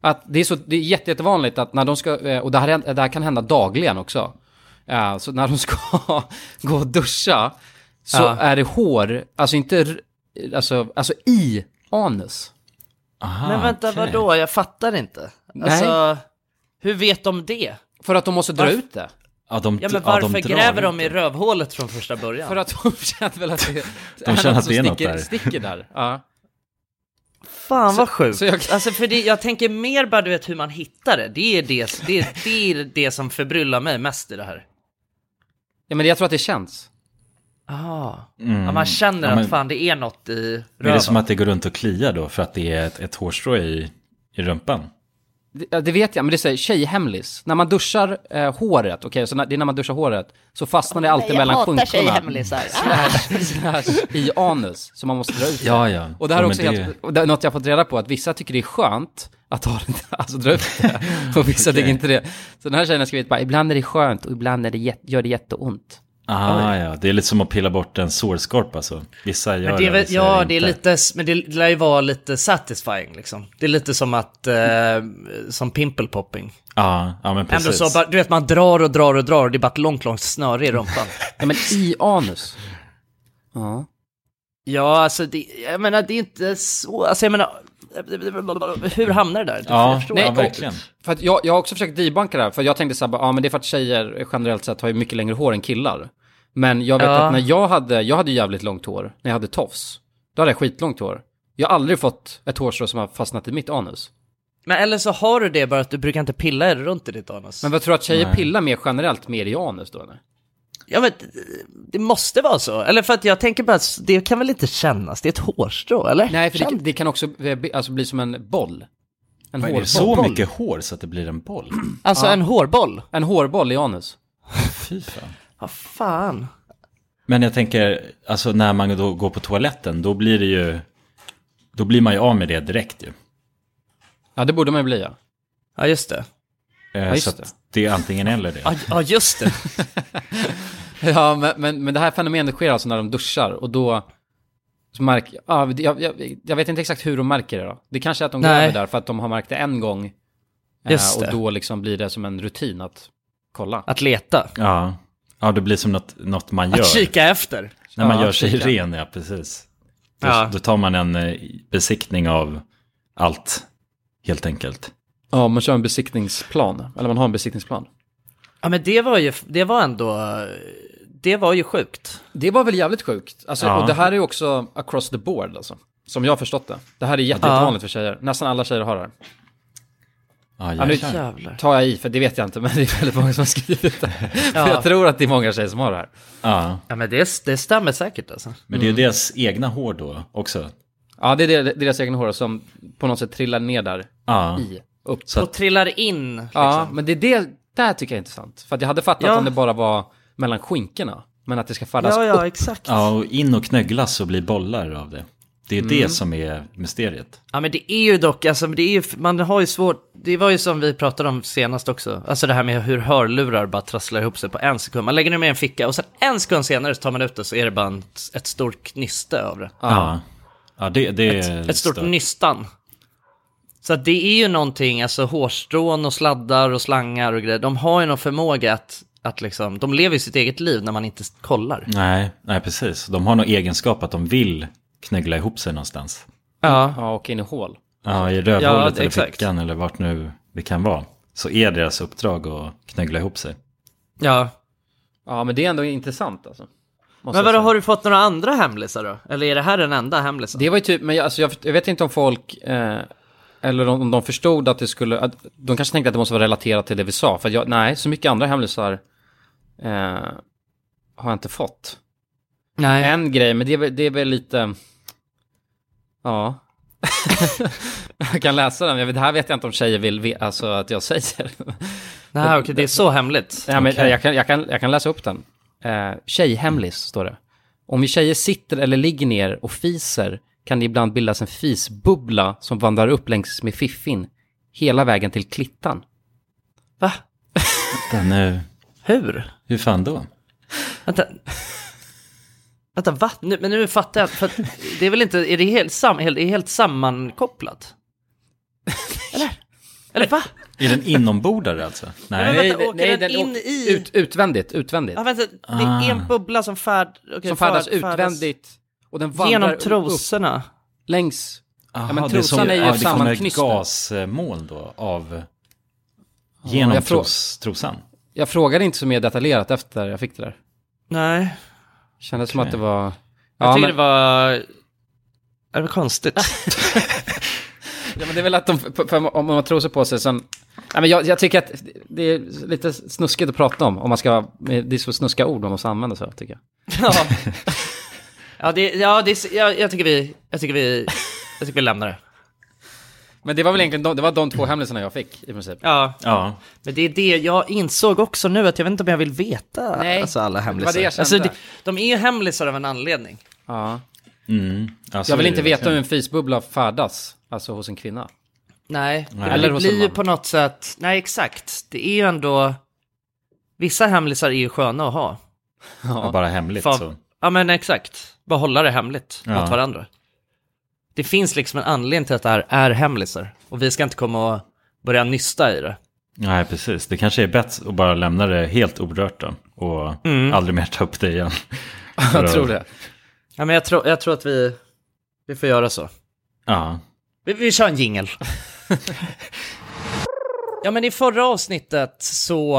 S3: Att det är, så, det är jätte, jättevanligt att när de ska, eh, och det här, händer- det här kan hända dagligen också. Eh, Så när de ska (laughs) gå och duscha så
S1: Ja.
S3: är det hår, alltså inte, r- alltså, alltså i anus.
S2: Aha,
S1: Men vänta,
S2: okej.
S1: vadå? Jag fattar inte. Alltså, hur vet de det?
S3: För att de måste dra
S1: Varför-
S3: ut det.
S2: Ja, de,
S1: Ja, men
S2: ja,
S1: varför
S2: drar
S1: gräver de
S2: inte.
S1: i rövhålet från första början?
S3: För att de (laughs) känner väl att det,
S2: De känner att
S3: som
S2: det är något
S3: sticker,
S2: där.
S3: sticker där. Ja.
S1: Fan
S3: Så-
S1: vad sjukt.
S3: så jag- (laughs)
S1: Alltså för det, jag tänker mer bara du vet hur man hittar det. Det är det, det, är- det, är det som förbryllar mig mest i det här.
S3: ja, men jag tror att det känns.
S1: Ah.
S2: Mm.
S1: Ja, man känner
S2: Ja, men-
S1: att fan det är något i
S2: Är
S1: röven.
S2: det som att det går runt och kliar då för att det är ett, ett hårstrå i, i rumpan?
S3: Det, ja, det vet jag, men det är så här, tjejhemlis. När man duschar eh, håret, okej, så när, det är när man duschar håret, så fastnar det alltid mellan
S2: (laughs)
S3: skinkorna. Slash, slash i anus, så man måste dra ut det.
S2: Ja, ja.
S3: Och det här är
S2: Ja,
S3: också
S2: men det-
S3: helt, och det är något jag fått reda på, att vissa tycker det är skönt att ha den, alltså dra ut
S2: (laughs)
S3: det. Och vissa tycker inte det. Så den här tjejen har skrivit bara, ibland är det skönt och ibland är det jätte, gör det jätteont.
S2: Ah, ja, det är lite som att pilla bort en sårskorpa så. Vissa gör
S1: Men det är väl,
S2: vissa gör
S1: ja, det är
S2: inte.
S1: lite, men det lär ju vara lite satisfying liksom. Det är lite som att, eh, som pimple popping.
S2: Ja, ja men
S1: Ändå
S2: precis.
S1: så, bara- du vet man drar och drar och drar och det är bara ett långt, långt snöre i rumpan.
S3: Ja, men i anus. Ja.
S1: (laughs) ja, alltså det, jag menar det är inte så, alltså jag menar, hur hamnar det där?
S2: Ja,
S1: Jag förstår
S2: nej, ja,
S1: inte.
S2: verkligen.
S3: För att jag, jag har också försökt debunka det här, för jag tänkte såhär, ja men det är för att tjejer generellt sett har ju mycket längre hår än killar. Men jag vet
S1: Ja.
S3: att när jag hade, jag hade ju jävligt långt hår, när jag hade tofs, då hade jag skitlångt hår. Jag har aldrig fått ett hårstrå som har fastnat i mitt anus.
S1: Men eller så har du det bara att du brukar inte pilla er runt i ditt anus.
S3: Men vad tror du att tjejer
S2: Nej.
S3: pillar mer generellt, mer i anus då eller?
S1: Ja men det måste vara så. Eller för att jag tänker bara, det kan väl inte kännas? Det är ett hårstrå, eller?
S3: Nej, för det,
S1: Känn-
S3: det kan också eh, bli- alltså, bli som en boll. En
S2: Vad är
S3: hårboll.
S2: det så mycket hår så att det blir en boll?
S1: Alltså en hårboll.
S3: En hårboll i anus.
S2: Fy fan.
S1: Vad fan.
S2: Men jag tänker, alltså när man då går på toaletten, då blir det ju... Då blir man ju av med det direkt ju.
S3: Ja, det borde man ju bli ja.
S1: Ja just det.
S2: Eh,
S3: just
S2: så att det är antingen eller det.
S1: Ja, just det.
S3: (laughs) ja, men, men, men det här fenomenet sker alltså när de duschar och då så märker, ja, jag, jag, jag vet inte exakt hur de märker det då. Det kanske är att de
S1: Nej.
S3: gräver där för att de har märkt det en gång. eh,
S1: Just det.
S3: och då liksom blir det som en rutin att kolla.
S1: Att leta.
S2: Ja. ja, det blir som något, något man gör.
S1: Att kika efter.
S2: När man
S1: Ja,
S2: gör
S1: att
S2: sig
S1: kika.
S2: ren, ja precis. Då,
S1: Ja.
S2: då tar man en eh, besiktning av allt, helt enkelt.
S3: Ja, man kör en besiktningsplan. Eller man har en besiktningsplan.
S1: Ja, men det var ju, det var ändå, det var ju sjukt.
S3: Det var väl jävligt sjukt. Alltså,
S1: Ja.
S3: och det här är ju också across the board alltså. Som jag har förstått det. Det här är jätte-
S1: Ja.
S3: jättevanligt för tjejer. Nästan alla tjejer har det här.
S2: Ja,
S3: nu
S2: jäklar.
S3: tar jag i för det vet jag inte, men det är väldigt många som har
S1: (laughs)
S3: skrivit det. För jag tror att det är många tjejer som har det här.
S2: Ja.
S1: Ja, men det, det stämmer säkert alltså.
S2: Men det är ju deras egna hår då också.
S3: Ja, det är det- det är deras egna hår som på något sätt trillar ner där.
S2: Ja.
S3: I, upp.
S2: Så
S1: Och trillar in. Liksom.
S3: Ja, men det är det där tycker jag är intressant. För att jag hade fattat
S1: Ja.
S3: om det bara var mellan skinkorna. Men att det ska falla
S1: ja, ja,
S3: upp.
S1: exakt.
S2: Ja, och in och knögglas och bli bollar av det. Det är
S1: Mm.
S2: det som är mysteriet.
S1: Ja men det är ju dock, alltså, det är ju, man har ju svårt, det var ju som vi pratade om senast också, alltså det här med hur hörlurar bara trasslar ihop sig på en sekund. Man lägger ner med en ficka och sen en sekund senare så tar man ut det så är det bara en, ett stort knyste av det.
S2: Ja, ja det, det är
S1: Ett stort mm.
S2: stört.
S1: nystan. Så att det är ju någonting, alltså hårstrån och sladdar och slangar och grejer, de har ju någon förmåga att, att liksom, de lever ju sitt eget liv när man inte kollar.
S2: Nej, nej, precis. De har någon egenskap att de vill knöggla ihop sig någonstans.
S1: Ja.
S3: ja, och in i hål.
S2: Ja, i rövhålet
S1: det-
S2: eller
S1: exakt.
S2: fickan eller vart nu det kan vara. Så är deras uppdrag att knöggla ihop sig.
S1: Ja.
S3: Ja, men det är ändå intressant alltså. Måste
S1: Men
S3: jag
S1: vadå,
S3: säga.
S1: har du fått några andra hemlisar då? Eller är det här den enda hemlisen?
S3: Det var ju typ, men jag, alltså, jag, jag vet inte om folk, eh, eller om, om de förstod att det skulle, att, de kanske tänkte att det måste vara relaterat till det vi sa. För att jag, nej, så mycket andra hemlisar eh, har jag inte fått.
S1: Nej.
S3: En grej, men det är, väl- det är väl lite, ja. (laughs) jag kan läsa den, jag, vet- det här vet jag inte om tjejer vill, ve- alltså att jag säger.
S1: Nej, okej, det är så hemligt.
S3: Ja, men,
S1: Okej. Mm.
S3: jag, kan, jag, kan, jag kan läsa upp den. Eh, tjejhemlis står det. Om vi tjejer sitter eller ligger ner och fiser kan det ibland bildas en fisbubbla som vandrar upp längs med fiffin hela vägen till klittan.
S1: Va?
S2: Den är...
S1: Hur?
S2: eh, Hur fan då?
S1: Vänta. Vänta, va? Nu, men nu fattar jag. För att det är väl inte, är det helt, sam, helt, är det helt sammankopplat? Eller? Eller va?
S2: Är den inombordare alltså? Nej.
S1: men vänta, åker den in
S3: åker-
S1: i-
S3: Ut, utvändigt, utvändigt.
S1: Ja, vänta, det är en bubbla som, färd, okej,
S3: Ah. som färdas
S1: fär-
S3: utvändigt. Och den vandrar
S1: Genom
S3: upp-
S1: trosorna.
S3: Längs. ja, men
S2: Jaha, det är som-
S3: trosan är, ju
S2: ja,
S3: ett sammanknyste.
S2: Det kommer gasmoln då av... Genom
S3: jag frå-
S2: tros, trosan.
S3: Jag frågade inte så mer detaljerat efter jag fick det där.
S1: Nej.
S3: Kändes som att det var...
S1: Jag
S3: Ja,
S1: tycker
S3: men-
S1: det var...
S3: Eh,
S1: Det var konstigt.
S3: Ja, men det är väl att de, för, för om man har trosor på sig sen... Nej, men jag, jag tycker att det är lite snuskigt att prata om, om man ska... Det är så snuska ord man måste använda sig av, tycker jag.
S1: ja. Ja, det, ja, det, är- jag, jag tycker vi, jag tycker vi, jag tycker vi lämnar det.
S3: Men det var väl egentligen de, det var de två hemlisarna jag fick, i princip.
S1: Ja.
S2: Ja.
S1: Men det är det jag insåg också nu att jag vet inte om jag vill veta
S3: Nej,
S1: alltså alla hemlisar.
S3: det var det jag kände.
S1: alltså, det, de är ju hemlisar av en anledning.
S3: Ja.
S2: Mm. Ja, så
S3: jag vill
S2: är
S3: inte
S2: det
S3: veta hur
S2: verkligen.
S3: en fisbubbla färdas, alltså hos en kvinna.
S1: Nej,
S3: Nej.
S1: Eller
S3: Eller
S1: det
S3: hos en
S1: blir ju
S3: man.
S1: på något sätt, nej exakt, det är ju ändå, vissa hemlisar är ju sköna att ha.
S2: Ja, bara hemligt
S1: Fan.
S2: så.
S1: Ja men exakt, bara hålla det hemligt
S2: Ja.
S1: mot varandra. Det finns liksom en anledning till att det här är hemlisar och vi ska inte komma och börja nysta i det.
S2: Nej, precis. Det kanske är bättre att bara lämna det helt orört då. Och
S1: Mm.
S2: aldrig mer ta upp det igen.
S3: (laughs) Jag tror det.
S1: Ja men jag, tror- jag tror att vi, vi får göra så.
S2: Ja.
S1: Vi, vi kör en (laughs) jingel. ja, men i förra avsnittet så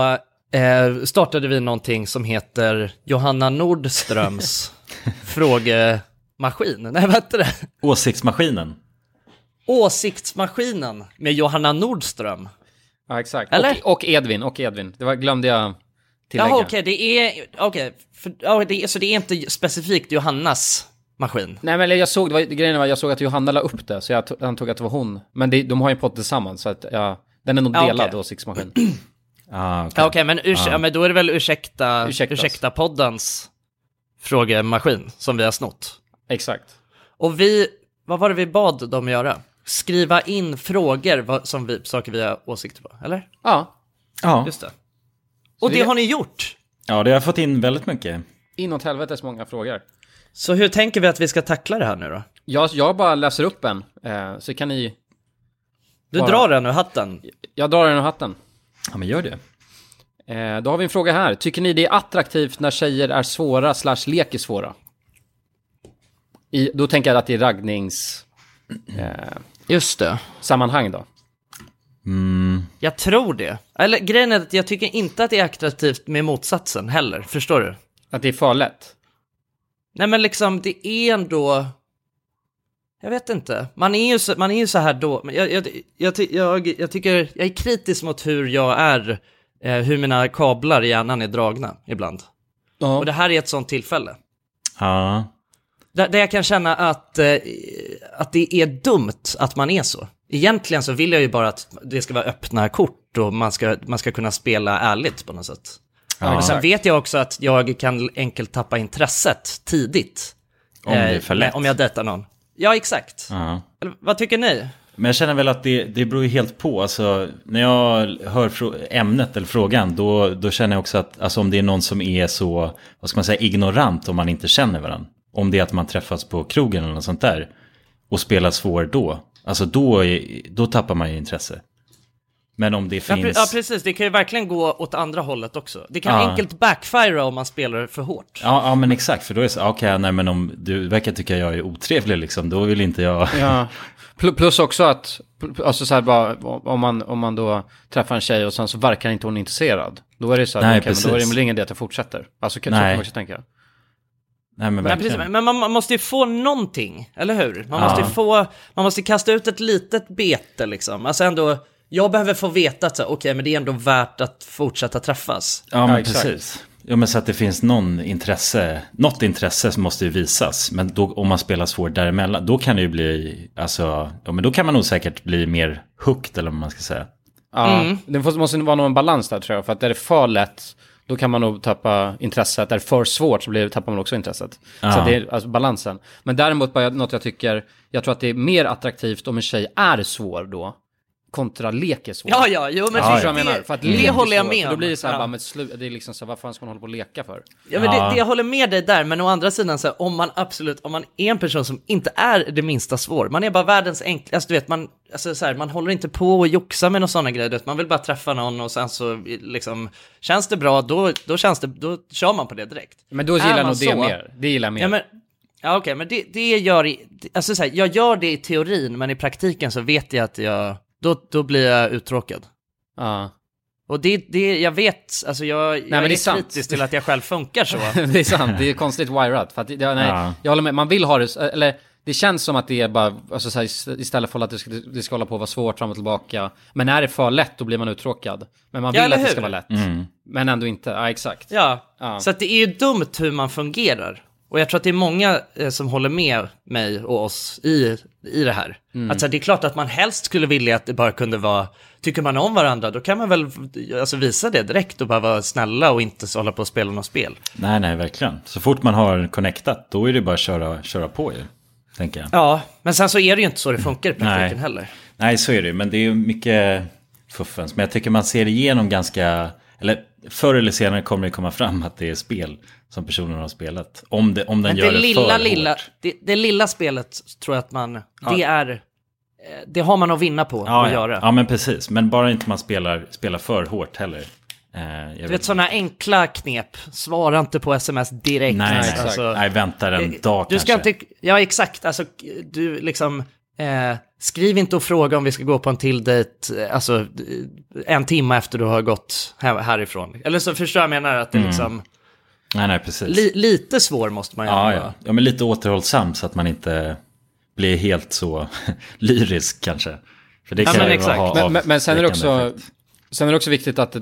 S1: eh, startade vi någonting som heter Johanna (laughs) Nordströms frågemaskin. Nej, vad hette det?
S2: Åsiktsmaskinen.
S1: Åsiktsmaskinen med Johanna Nordström.
S3: Ja, exakt.
S1: Eller?
S3: Och, och Edvin, och Edvin. Det var, glömde jag tillägga.
S1: Jaha, okej, det är... Okej, för- ja, det är- så det är inte specifikt Johannas maskin?
S3: Nej, men eller jag såg, det var, grejen var jag såg att Johanna la upp det, så jag to- antog att det var hon. Men det, de har ju en pott tillsammans, så att jag... Den är nog
S1: Ja, okej. (clears throat)
S3: delad, åsiktsmaskin.
S2: Ah,
S1: Ja, okej, men, urs-
S2: Ja.
S1: ja, men då är det väl ursäkta,
S3: Ursäktas.
S1: ursäkta poddens frågemaskin som vi har snott?
S3: Exakt.
S1: Och vi, vad var det vi bad dem göra? Skriva in frågor vad- som vi, saker vi har åsikter på, eller?
S3: Ja.
S2: Ja.
S1: Just det. Och det, har ni gjort.
S2: Ja, det har jag fått in väldigt mycket.
S3: Inåt helvetes många frågor.
S1: Så hur tänker vi att vi ska tackla det här nu då?
S3: Jag, jag bara läser upp en, eh, så kan ni...
S1: Du drar den ur hatten.
S3: Jag drar den ur hatten.
S2: Ja, men gör det.
S3: Eh, då har vi en fråga här. Tycker ni det är attraktivt när tjejer är svåra slash leker svåra? I, då tänker jag att det är raggnings... Eh,
S1: Just det.
S3: Sammanhang då.
S1: Jag tror det. Eller grejen är att jag tycker inte att det är attraktivt med motsatsen heller, förstår du?
S3: Att det är för lätt?
S1: Nej men liksom, det är ändå... Jag vet inte. Man är ju så, man är ju så här då. men Jag, jag, jag, ty- jag, jag tycker, jag är kritisk mot hur jag är, eh, hur mina kablar i hjärnan är dragna ibland. Och det här är ett sånt tillfälle.
S2: Ja.
S1: Där, där jag kan känna att, eh, att det är dumt att man är så. Egentligen så vill jag ju bara att det ska vara öppna kort och man ska, man ska kunna spela ärligt på något sätt.
S2: Ja,
S1: Men sen
S2: exakt.
S1: vet jag också att jag kan enkelt tappa intresset tidigt.
S2: Om
S3: Eh,
S2: det är för lätt.
S1: men Om jag dejtar någon. Ja, exakt.
S2: ja.
S1: Eller, vad tycker ni?
S2: Men jag känner väl att det, det beror ju helt på. Alltså, när jag hör frå- ämnet eller frågan, då, då känner jag också att alltså, om det är någon som är så, vad ska man säga, ignorant om man inte känner varandra. Om det är att man träffas på krogen eller något sånt där och spelar svår då, alltså då, är, då tappar man ju intresse. Men om det
S1: Ja, pre-
S2: finns...
S1: ja, precis. Det kan ju verkligen gå åt andra hållet också. Det kan
S2: Ja.
S1: enkelt backfira om man spelar för hårt.
S2: Ja, ja men exakt, för då är det så, okej, nej men om du verkar tycka jag är otrevlig liksom, då vill inte jag...
S3: Ja. Pl- Plus också att, pl- alltså så här bara, om man, om man då träffar en tjej och sen så verkar inte hon intresserad. Då är det så här,
S2: Nej,
S3: okej, men då är det
S2: precis.
S3: väl ingen idé att jag fortsätter. Alltså kan, så
S2: Nej.
S3: kan man också tänka.
S2: Nej men
S1: Men,
S2: verkligen.
S1: precis, men man, man måste ju få någonting, eller hur? Man,
S2: Ja.
S1: måste ju få, man måste kasta ut ett litet bete liksom. Alltså ändå, jag behöver få veta att så här, okej, men det är ändå värt att fortsätta träffas.
S2: Ja, men precis. Ja, men så att det finns någon intresse, något intresse som måste ju visas. Men då, om man spelar svårt däremellan, då kan det ju bli, alltså, ja men då kan man nog säkert bli mer hooked eller vad man ska säga.
S3: Ja,
S2: Mm.
S3: det måste- måste vara någon balans där tror jag. För att är det för lätt, då kan man nog tappa intresset. Är det för svårt så blir, tappar man också intresset.
S2: Ja.
S3: Så att det är alltså balansen. Men däremot bara något jag tycker, jag tror att det är mer attraktivt om en tjej är svår då. Kontra lek är svår.
S1: Ja, ja, jo, men
S3: Förstår
S1: det-
S3: du vad jag menar. För att
S1: det
S3: lek är
S1: håller jag
S3: svår,
S1: med
S3: för
S1: om.
S3: Då blir det så här,
S1: Ja.
S3: bara, men slu, det är liksom så här, vad fan ska man hålla på och leka för?
S1: Ja, men Det, det, jag håller med dig där, men å andra sidan, så här, om man absolut, om man är en person som inte är det minsta svår, man är bara världens enklaste, alltså, du vet, man, alltså, så här, man håller inte på och joxar med några sådana grejer, du vet, man vill bara träffa någon och sen så liksom, känns det bra, då, då känns det, då kör man på det direkt.
S3: Men då
S1: Är
S3: gillar
S1: man
S3: nog det
S1: så-
S3: mer. Det gillar jag mer.
S1: Ja, men, ja okej, men det, det gör, i- alltså så här, jag gör det i teorin, men i praktiken så vet jag att jag, då, då blir jag uttråkad.
S3: Ja.
S1: Och det, det, jag vet, alltså jag, jag
S3: men
S1: är,
S3: det är sant.
S1: kritisk till att jag själv funkar så.
S3: (laughs) det är sant, det är konstigt wired. För att, det- det, nej,
S1: Ja.
S3: Jag håller med, man vill ha det, eller det känns som att det är bara, alltså, så här, ist- istället för att det ska, det ska hålla på och vara svårt fram och tillbaka. Men är det för lätt då blir man uttråkad. Men man
S1: Ja,
S3: vill
S1: eller
S3: att det
S1: hur?
S3: ska vara lätt.
S1: Mm.
S3: Men ändå inte, ja exakt.
S1: Ja,
S3: Ja.
S1: så att det är ju dumt hur man fungerar. Och jag tror att det är många eh, som håller med mig och oss i, i det här.
S8: Mm.
S1: Att så här, det är klart att man helst skulle vilja att det bara kunde vara, tycker man om varandra, då kan man väl alltså, visa det direkt och bara vara snälla och inte så hålla på och spela något spel.
S2: Nej, nej, verkligen. Så fort man har connectat, då är det bara att köra, köra på ju, tänker jag.
S1: Ja, men sen så är det ju inte så det funkar i praktiken
S2: Nej.
S1: heller.
S2: Nej, så är det ju, men det är ju mycket fuffens. Men jag tycker man ser igenom ganska, eller förr eller senare kommer det komma fram att det är spel som personen har spelat. Om, det, om den
S1: Men
S2: gör
S1: det
S2: det
S1: lilla,
S2: för
S1: lilla, det, det lilla spelet tror jag att man,
S2: Ja.
S1: det är, eh, det har man att vinna på
S2: ja,
S1: att
S2: ja.
S1: göra.
S2: Ja, men precis. Men bara inte man spelar, spelar för hårt heller. Eh, jag
S1: Du
S2: vet-
S1: vet sådana enkla knep, svara inte på sms direkt.
S2: nej, nej,
S1: Alltså,
S2: nej, vänta en
S1: eh,
S2: dag
S1: Du ska
S2: kanske.
S1: inte, ja exakt, alltså du liksom, eh, skriv inte och fråga om vi ska gå på en till dejt, eh, alltså eh, en timme efter du har gått här, härifrån. Eller så förstår jag vad jag menar att det
S2: Mm.
S1: liksom,
S2: Nej, nej, precis.
S1: li, lite svår måste man ju
S2: ja,
S1: vara.
S2: ja. ja, men lite återhållsam så att man inte blir helt så (laughs) lyrisk kanske. För det
S3: Ja,
S2: kan
S3: men
S2: ju
S3: exakt.
S2: ha
S3: Men- men- men sen är det
S2: avskräckande
S3: också- Sen är det också viktigt att det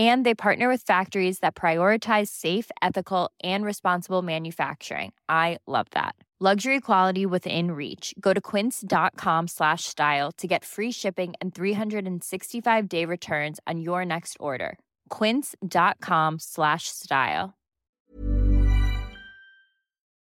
S6: and they partner with factories that prioritize safe ethical and responsible manufacturing i love that luxury quality within reach go to quince.com slash style to get free shipping and 365 day returns on your next order quince.com slash style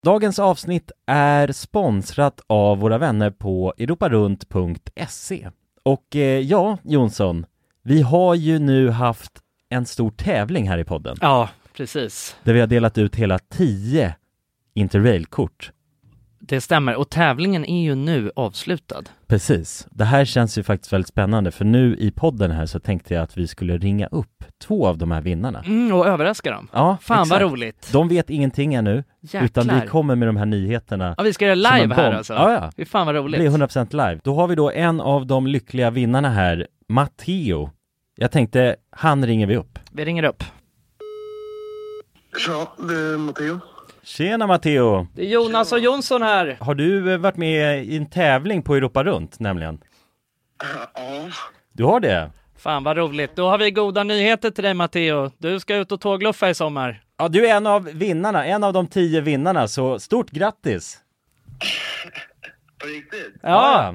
S2: Dagens avsnitt är sponsrat av våra vänner på europarunt.se. Och eh, ja, Jonsson, vi har ju nu haft en stor tävling här i podden.
S1: Ja, precis.
S2: Där vi har delat ut hela tio Interrail-kort.
S1: Det stämmer, och tävlingen är ju nu avslutad.
S2: Precis. Det här känns ju faktiskt väldigt spännande, för nu i podden här så tänkte jag att vi skulle ringa upp två av de här vinnarna.
S1: Mm, och överraska dem.
S2: Ja,
S1: Fan
S2: exakt.
S1: vad roligt.
S2: De vet ingenting ännu,
S1: Jäklar.
S2: utan vi kommer med de här nyheterna.
S1: Ja, vi ska göra
S2: som en
S1: live här
S2: bomb.
S1: alltså.
S2: Ja, ja.
S1: Fy Fan vad
S2: Det
S1: roligt.
S2: blir 100% live. Då har vi då en av de lyckliga vinnarna här, Matteo. Jag tänkte, han ringer vi upp.
S1: Vi ringer upp.
S11: Ja, det är Matteo.
S2: Tjena Matteo!
S1: Det är Jonas och Jonsson här.
S2: Har du eh, varit med i en tävling på Europa runt nämligen?
S11: Ja.
S2: Du har det?
S1: Fan vad roligt. Då har vi goda nyheter till dig Matteo. Du ska ut och tågluffa i sommar.
S2: Ja, du är en av vinnarna, en av de tio vinnarna, så stort grattis! På riktigt? Ja!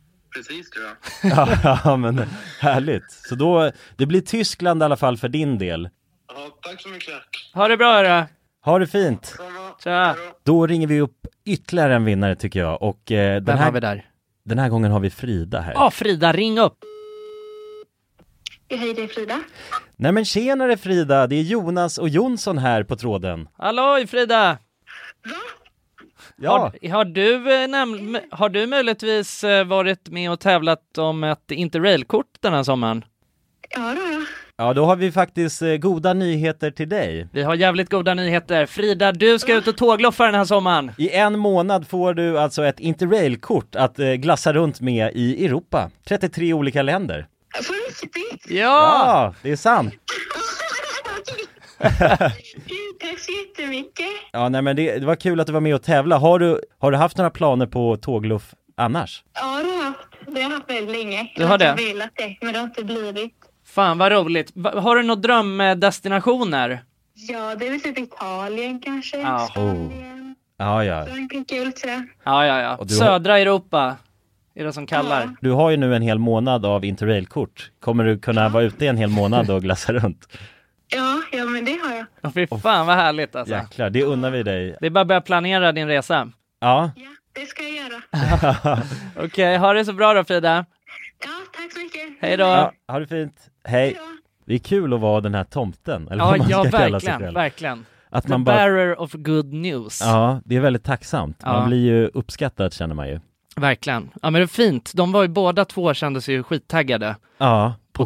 S11: precis tror jag.
S2: Ja, (laughs) ja, men härligt. Så då, det blir Tyskland i alla fall för din del.
S1: Ha det bra hörru.
S2: Ha det fint!
S1: Tja.
S2: Då ringer vi upp ytterligare en vinnare tycker jag och eh, den,
S1: Vem
S2: här,
S1: har vi där? Ah!
S2: den här gången har vi Frida här.
S1: Ja Frida, ring upp.
S12: Hej, det är Frida.
S2: Nej men tjenare Frida, det är Jonas och Jonsson här på tråden.
S1: Halloj Frida!
S2: Ja,
S1: Har, har, du, eh, näm- m- har du möjligtvis eh, varit med och tävlat om ett interrailkort den här sommaren?
S12: Ja, då, ja.
S2: ja då har vi faktiskt eh, goda nyheter till dig.
S1: Vi har jävligt goda nyheter. Frida, du ska ut och tågloffa den här sommaren.
S2: I en månad får du alltså ett interrailkort att eh, glassa runt med i Europa. 33 olika länder.
S12: På riktigt?
S2: Ja, det är sant.
S12: Gud, Tack så jättemycket.
S2: Ja, nej men det, det var kul att du var med och tävla. Har du, har du haft några planer på tågluff annars?
S12: Ja, det har jag haft. Det har jag haft väldigt länge.
S1: Du har
S12: Jag
S1: det?
S12: inte velat det, men det har inte blivit.
S1: Fan vad roligt. Va- Har du några drömdestinationer?
S12: Ja, det är väl typ Italien kanske.
S1: Ja.
S2: Oh. Ja, ja.
S12: Frankrike och lite sådär.
S1: Ja, ja, ja.
S2: Och du har-
S1: Södra Europa är det som kallar.
S2: Du har ju nu en hel månad av interrailkort. Kommer du kunna vara ute i en hel månad och glassa runt?
S12: Ja, ja, men det har jag.
S1: Ja. Fy fan vad härligt alltså.
S2: Jäklar, det unnar vi dig.
S1: Det är bara att börja planera din resa.
S2: Ja.
S12: Det ska jag göra.
S1: Okej, ha det så bra då Frida.
S12: Ja, tack så mycket.
S1: Hej då.
S2: ja, ha det fint. Hej. Det är kul att vara den här tomten, eller
S1: Ja,
S2: vad man
S1: ja
S2: ska kalla sig
S1: verkligen,
S2: själv.
S1: verkligen.
S13: Att
S14: The
S13: man bara...
S14: bearer of good news.
S13: Ja, det är väldigt tacksamt. Man
S14: Ja.
S13: blir ju uppskattad känner man ju.
S14: Verkligen. Ja men det är fint. De var ju båda två kände sig ju skittaggade
S13: Ja.
S14: på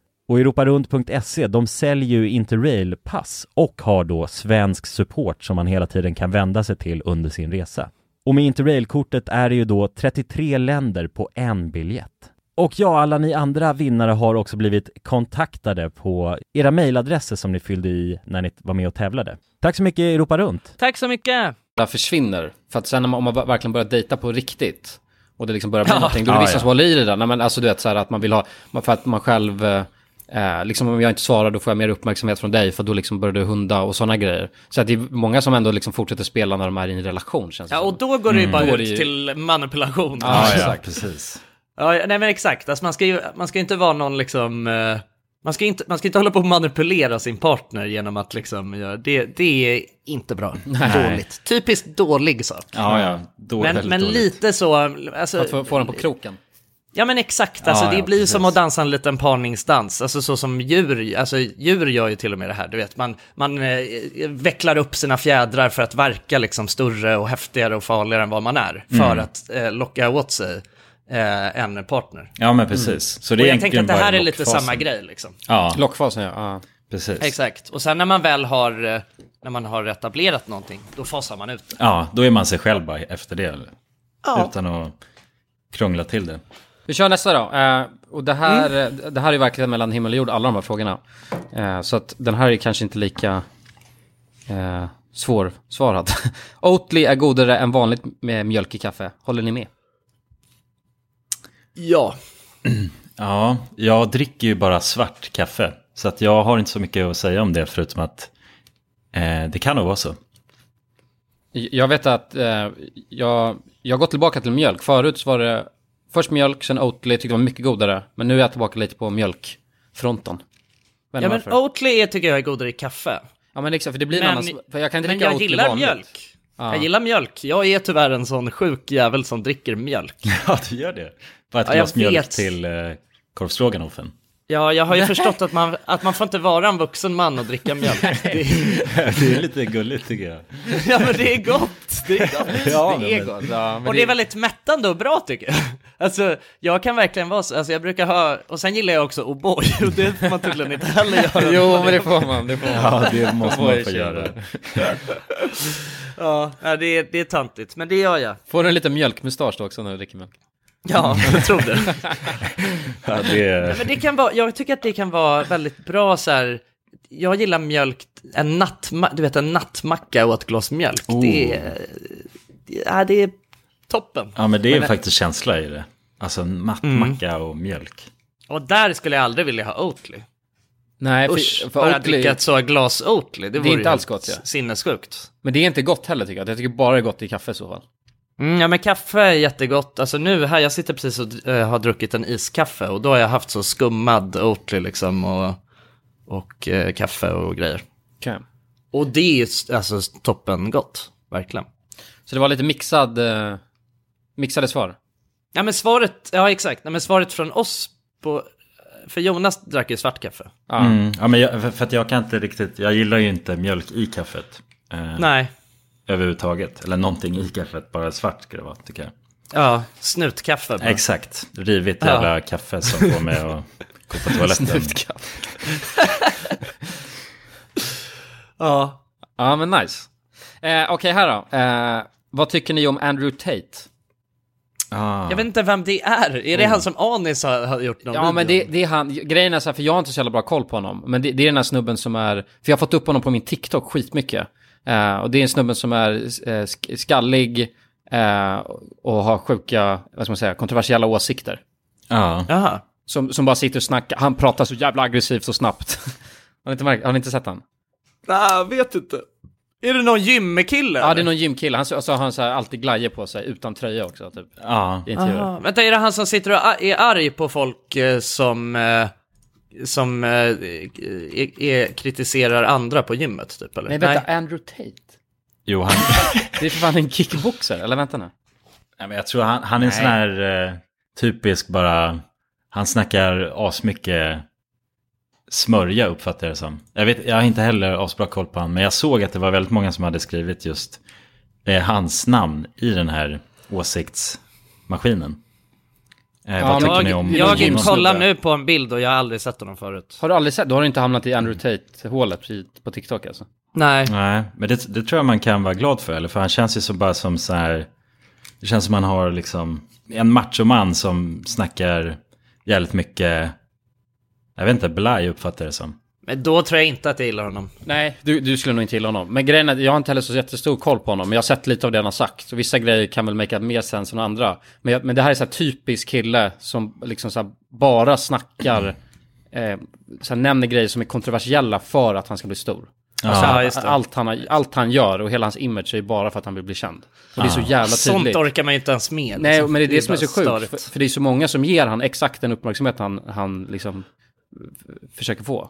S13: Och europarunt.se, E, de säljer ju Interrail-pass och har då svensk support som man hela tiden kan vända sig till under sin resa. Och med Interrail-kortet är det ju då 33 länder på en biljett. Och ja, alla ni andra vinnare har också blivit kontaktade på era mejladresser som ni fyllde i när ni var med och tävlade. Tack så mycket Europa Runt!
S14: Tack så mycket!
S3: Där försvinner. För att sen när man, om man verkligen börjar dejta på riktigt och det liksom börjar bli
S14: Ja.
S3: någonting, då är det
S14: Ja,
S3: vissa
S14: ja.
S3: som håller i det där. Nej, men alltså du vet så här att man vill ha, man- för att man själv, eh, eh, liksom om jag inte svarar då får jag mer uppmärksamhet från dig för då liksom börjar du hunda och sådana grejer. Så att det är många som ändå liksom fortsätter spela när de är i en relation känns det
S1: Ja,
S3: som.
S1: och då går det ju
S3: Mm.
S1: bara
S3: Då är det
S1: ut
S3: ju-
S1: till manipulation.
S3: Ja, ja, precis.
S1: Ja, nej men exakt, alltså, man, ska ju, man ska ju inte vara någon liksom... eh, Man ska, inte, man ska inte hålla på och manipulera sin partner genom att liksom göra det. Det är inte bra.
S2: Nej.
S1: Dåligt. Typiskt dålig sak.
S2: Ja, ja. Då-
S1: men
S2: väldigt
S1: men
S2: dåligt.
S1: lite så... Alltså,
S3: För att få- få den på kroken.
S1: Ja men exakt, alltså,
S3: Ja,
S1: det
S3: ja,
S1: blir ju
S3: precis.
S1: som att dansa en liten parningsdans, alltså så som djur, alltså djur gör ju till och med det här, du vet, man, man eh, vecklar upp sina fjädrar för att verka liksom större och häftigare och farligare än vad man är, för
S2: Mm.
S1: att eh, locka åt sig eh, en partner.
S2: Ja, men precis. Så det är
S1: och jag
S2: egentligen
S1: tänker att det här
S2: bara
S1: är lite
S2: lockfasen.
S1: samma grej liksom.
S2: Ja.
S3: Lockfasen, ja. ja.
S2: Precis.
S1: Exakt, och sen när man väl har, eh, när man har etablerat någonting, då fasar man ut det.
S2: Ja, då är man sig själv bara efter det. eller?
S1: Ja.
S2: Utan att krångla till det.
S3: Vi kör nästa då. Eh, och det här,
S1: Mm.
S3: eh, det här är verkligen mellan himmel och jord, alla de här frågorna. Eh, så att den här är kanske inte lika eh, svårsvarad. (laughs) Oatly är godare än vanligt med mjölk i kaffe. Håller ni med?
S1: Ja.
S2: Ja, jag dricker ju bara svart kaffe. Så att jag har inte så mycket att säga om det förutom att eh, det kan nog vara så. (laughs)
S3: Jag vet att eh, jag, jag har gått tillbaka till mjölk. Förut så var det först mjölk, sen Oatly, tyckte det var mycket godare. Men nu är jag tillbaka lite på mjölkfronten.
S1: ja men
S3: varför?
S1: Oatly är, tycker jag är godare i kaffe.
S3: Ja men liksom, för det blir en
S1: men,
S3: annan s- för jag kan inte
S1: men
S3: dricka
S1: jag
S3: Oatly
S1: gillar
S3: vanligt. (laughs)
S1: mjölk.
S3: Ja.
S1: Jag gillar mjölk. Jag är tyvärr en sån sjuk jävel som dricker mjölk.
S2: Ja, du gör det. Bara ett
S1: Ja, jag
S2: glas mjölk
S1: vet.
S2: till eh, korvstroganoffen.
S1: Ja, jag har ju förstått att man, att man får inte vara en vuxen man och dricka mjölk. Det är,
S2: det är lite gulligt tycker jag.
S1: (laughs) ja, men det är gott. Det är gott.
S2: Ja,
S1: det är
S2: men-
S1: gott.
S3: (laughs)
S2: ja, men
S1: och
S2: det-
S1: det är väldigt mättande och bra tycker jag. Alltså, jag kan verkligen vara så. Alltså, jag brukar ha, och sen gillar jag också O'boy. Och det får man tydligen inte heller göra.
S3: Jo, men det får man. Det får man.
S2: (laughs) Ja, (laughs) det måste man
S3: Oatly
S2: få
S3: är
S2: göra.
S1: Ja, nej, det är, det är tantigt, men det gör jag.
S3: Får du en liten mjölkmustasch då också när du dricker mjölk?
S1: Ja, (laughs) jag tror det.
S2: Ja, det
S1: Nej,
S2: är...
S1: men det kan vara, jag tycker att det kan vara väldigt bra så här. Jag gillar mjölk, en, nattma, du vet, en nattmacka och ett glas mjölk. Det, är, ja, det är toppen.
S2: Ja, men det är
S1: Men-
S2: faktiskt känsla i det. Alltså en mattmacka och mjölk.
S1: Och där skulle jag aldrig vilja ha Oatly.
S3: Nej, för-
S1: Usch,
S3: för
S1: bara
S3: Oatly-
S1: dricka ett så glas Oatly. Det,
S3: Det är
S1: vore
S3: inte
S1: ju
S3: alls
S1: helt
S3: gott, ja.
S1: Sinnessjukt.
S3: Men det är inte gott heller tycker jag. Jag tycker bara det är gott i kaffe i så fall.
S1: Mm, ja men kaffe är jättegott. Alltså nu här, jag sitter precis och eh, har druckit en iskaffe och då har jag haft så skummad Oatly liksom och, och eh, kaffe och grejer.
S3: Okej.
S1: Och det är ju s- alltså toppen gott, verkligen.
S3: Så det var lite mixad, eh, mixade svar.
S1: Ja men svaret, ja exakt, Nej, men svaret från oss på, för Jonas drack ju svart kaffe.
S2: Mm. Ja, men jag, för- för att jag kan inte riktigt, jag gillar ju inte mjölk i kaffet. eh,
S1: Nej.
S2: Överhuvudtaget. Eller någonting i kaffet, bara svart ska det vara tycker jag.
S1: Ja, snutkaffe. bara.
S2: Exakt, rivigt
S1: Ja.
S2: jävla kaffe som får mig att gå på toaletten.
S3: Snutkaffe.
S1: Ja.
S3: Ja, men nice. Eh, Okej, här då. Eh, vad tycker ni om Andrew Tate?
S1: (laughs) Jag vet inte vem det är, är det
S3: Mm.
S1: han som Anis har, har gjort någon
S3: Ja, men
S1: video
S3: det, det är han. Grejen är så här, för jag har inte så jävla bra koll på honom. Men det, det är den här snubben som är, för jag har fått upp honom på min TikTok skitmycket. Eh, och det är en snubben som är eh, sk- skallig eh, och har sjuka, vad ska man säga, kontroversiella åsikter.
S2: Ja.
S3: Som, som bara sitter och snackar. Han pratar (laughs) så jävla aggressivt och snabbt. har, ni inte märkt, har ni inte sett han?
S1: Nej, jag vet inte.
S8: Är det någon gymmekille?
S3: Ja, det är någon gymkille. Han alltså, har han så här alltid glajjor på sig utan tröja också. Typ.
S2: Ja.
S3: I intervjuer.
S8: Aha. Vänta, är det han som sitter och är arg på folk eh, som, eh, som eh, är, är, kritiserar andra på gymmet? Typ, eller?
S3: Nej, vänta. Andrew Tate.
S2: Jo, han...
S3: Det är för fan en kickboxer. Eller vänta nu.
S2: Nej, men jag tror han, han är en
S3: Nej.
S2: sån här eh, typisk bara... Han snackar asmycket smörja uppfattar jag det som. Jag, vet, jag har inte heller asbra koll på han, men jag såg att det var väldigt många som hade skrivit just eh, hans namn i den här åsiktsmaskinen. Eh, vad tycker ni om
S8: jag,
S2: Jimmy?
S8: jag kollar nu på en bild och jag har aldrig sett honom förut.
S3: Har du aldrig sett? Du har inte hamnat i Andrew Tate-hålet på TikTok alltså?
S8: Nej.
S2: Nej, men det, det tror jag man kan vara glad för. Eller? För han känns ju som bara som så här... Det känns som han har liksom en machoman som snackar jävligt mycket... Jag vet inte, blaj uppfattar jag det som.
S8: Men då tror jag inte att jag gillar honom.
S3: Nej, du, du skulle nog inte gilla honom. Men grejen är, jag har inte heller så jättestor koll på honom. Men jag har sett lite av det han har sagt. Så vissa grejer kan väl make mer sens än andra. Men, jag, men det här är så här typisk kille som liksom så här bara snackar, eh, så här nämner grejer som är kontroversiella för att han ska bli stor.
S8: Ja.
S3: Alltså,
S8: Ja, just det.
S3: allt, han, har- allt han gör och hela hans image är ju bara för att han vill bli känd. Och det är så
S8: Ja.
S3: jävla tydligt.
S8: Ah. Sånt orkar man ju inte ens med. liksom.
S3: Nej, men det är det, som är så
S8: bara
S3: sjukt.
S8: störigt.
S3: För, för det är så många som ger han exakt den uppmärksamhet han, han liksom f- försöker få.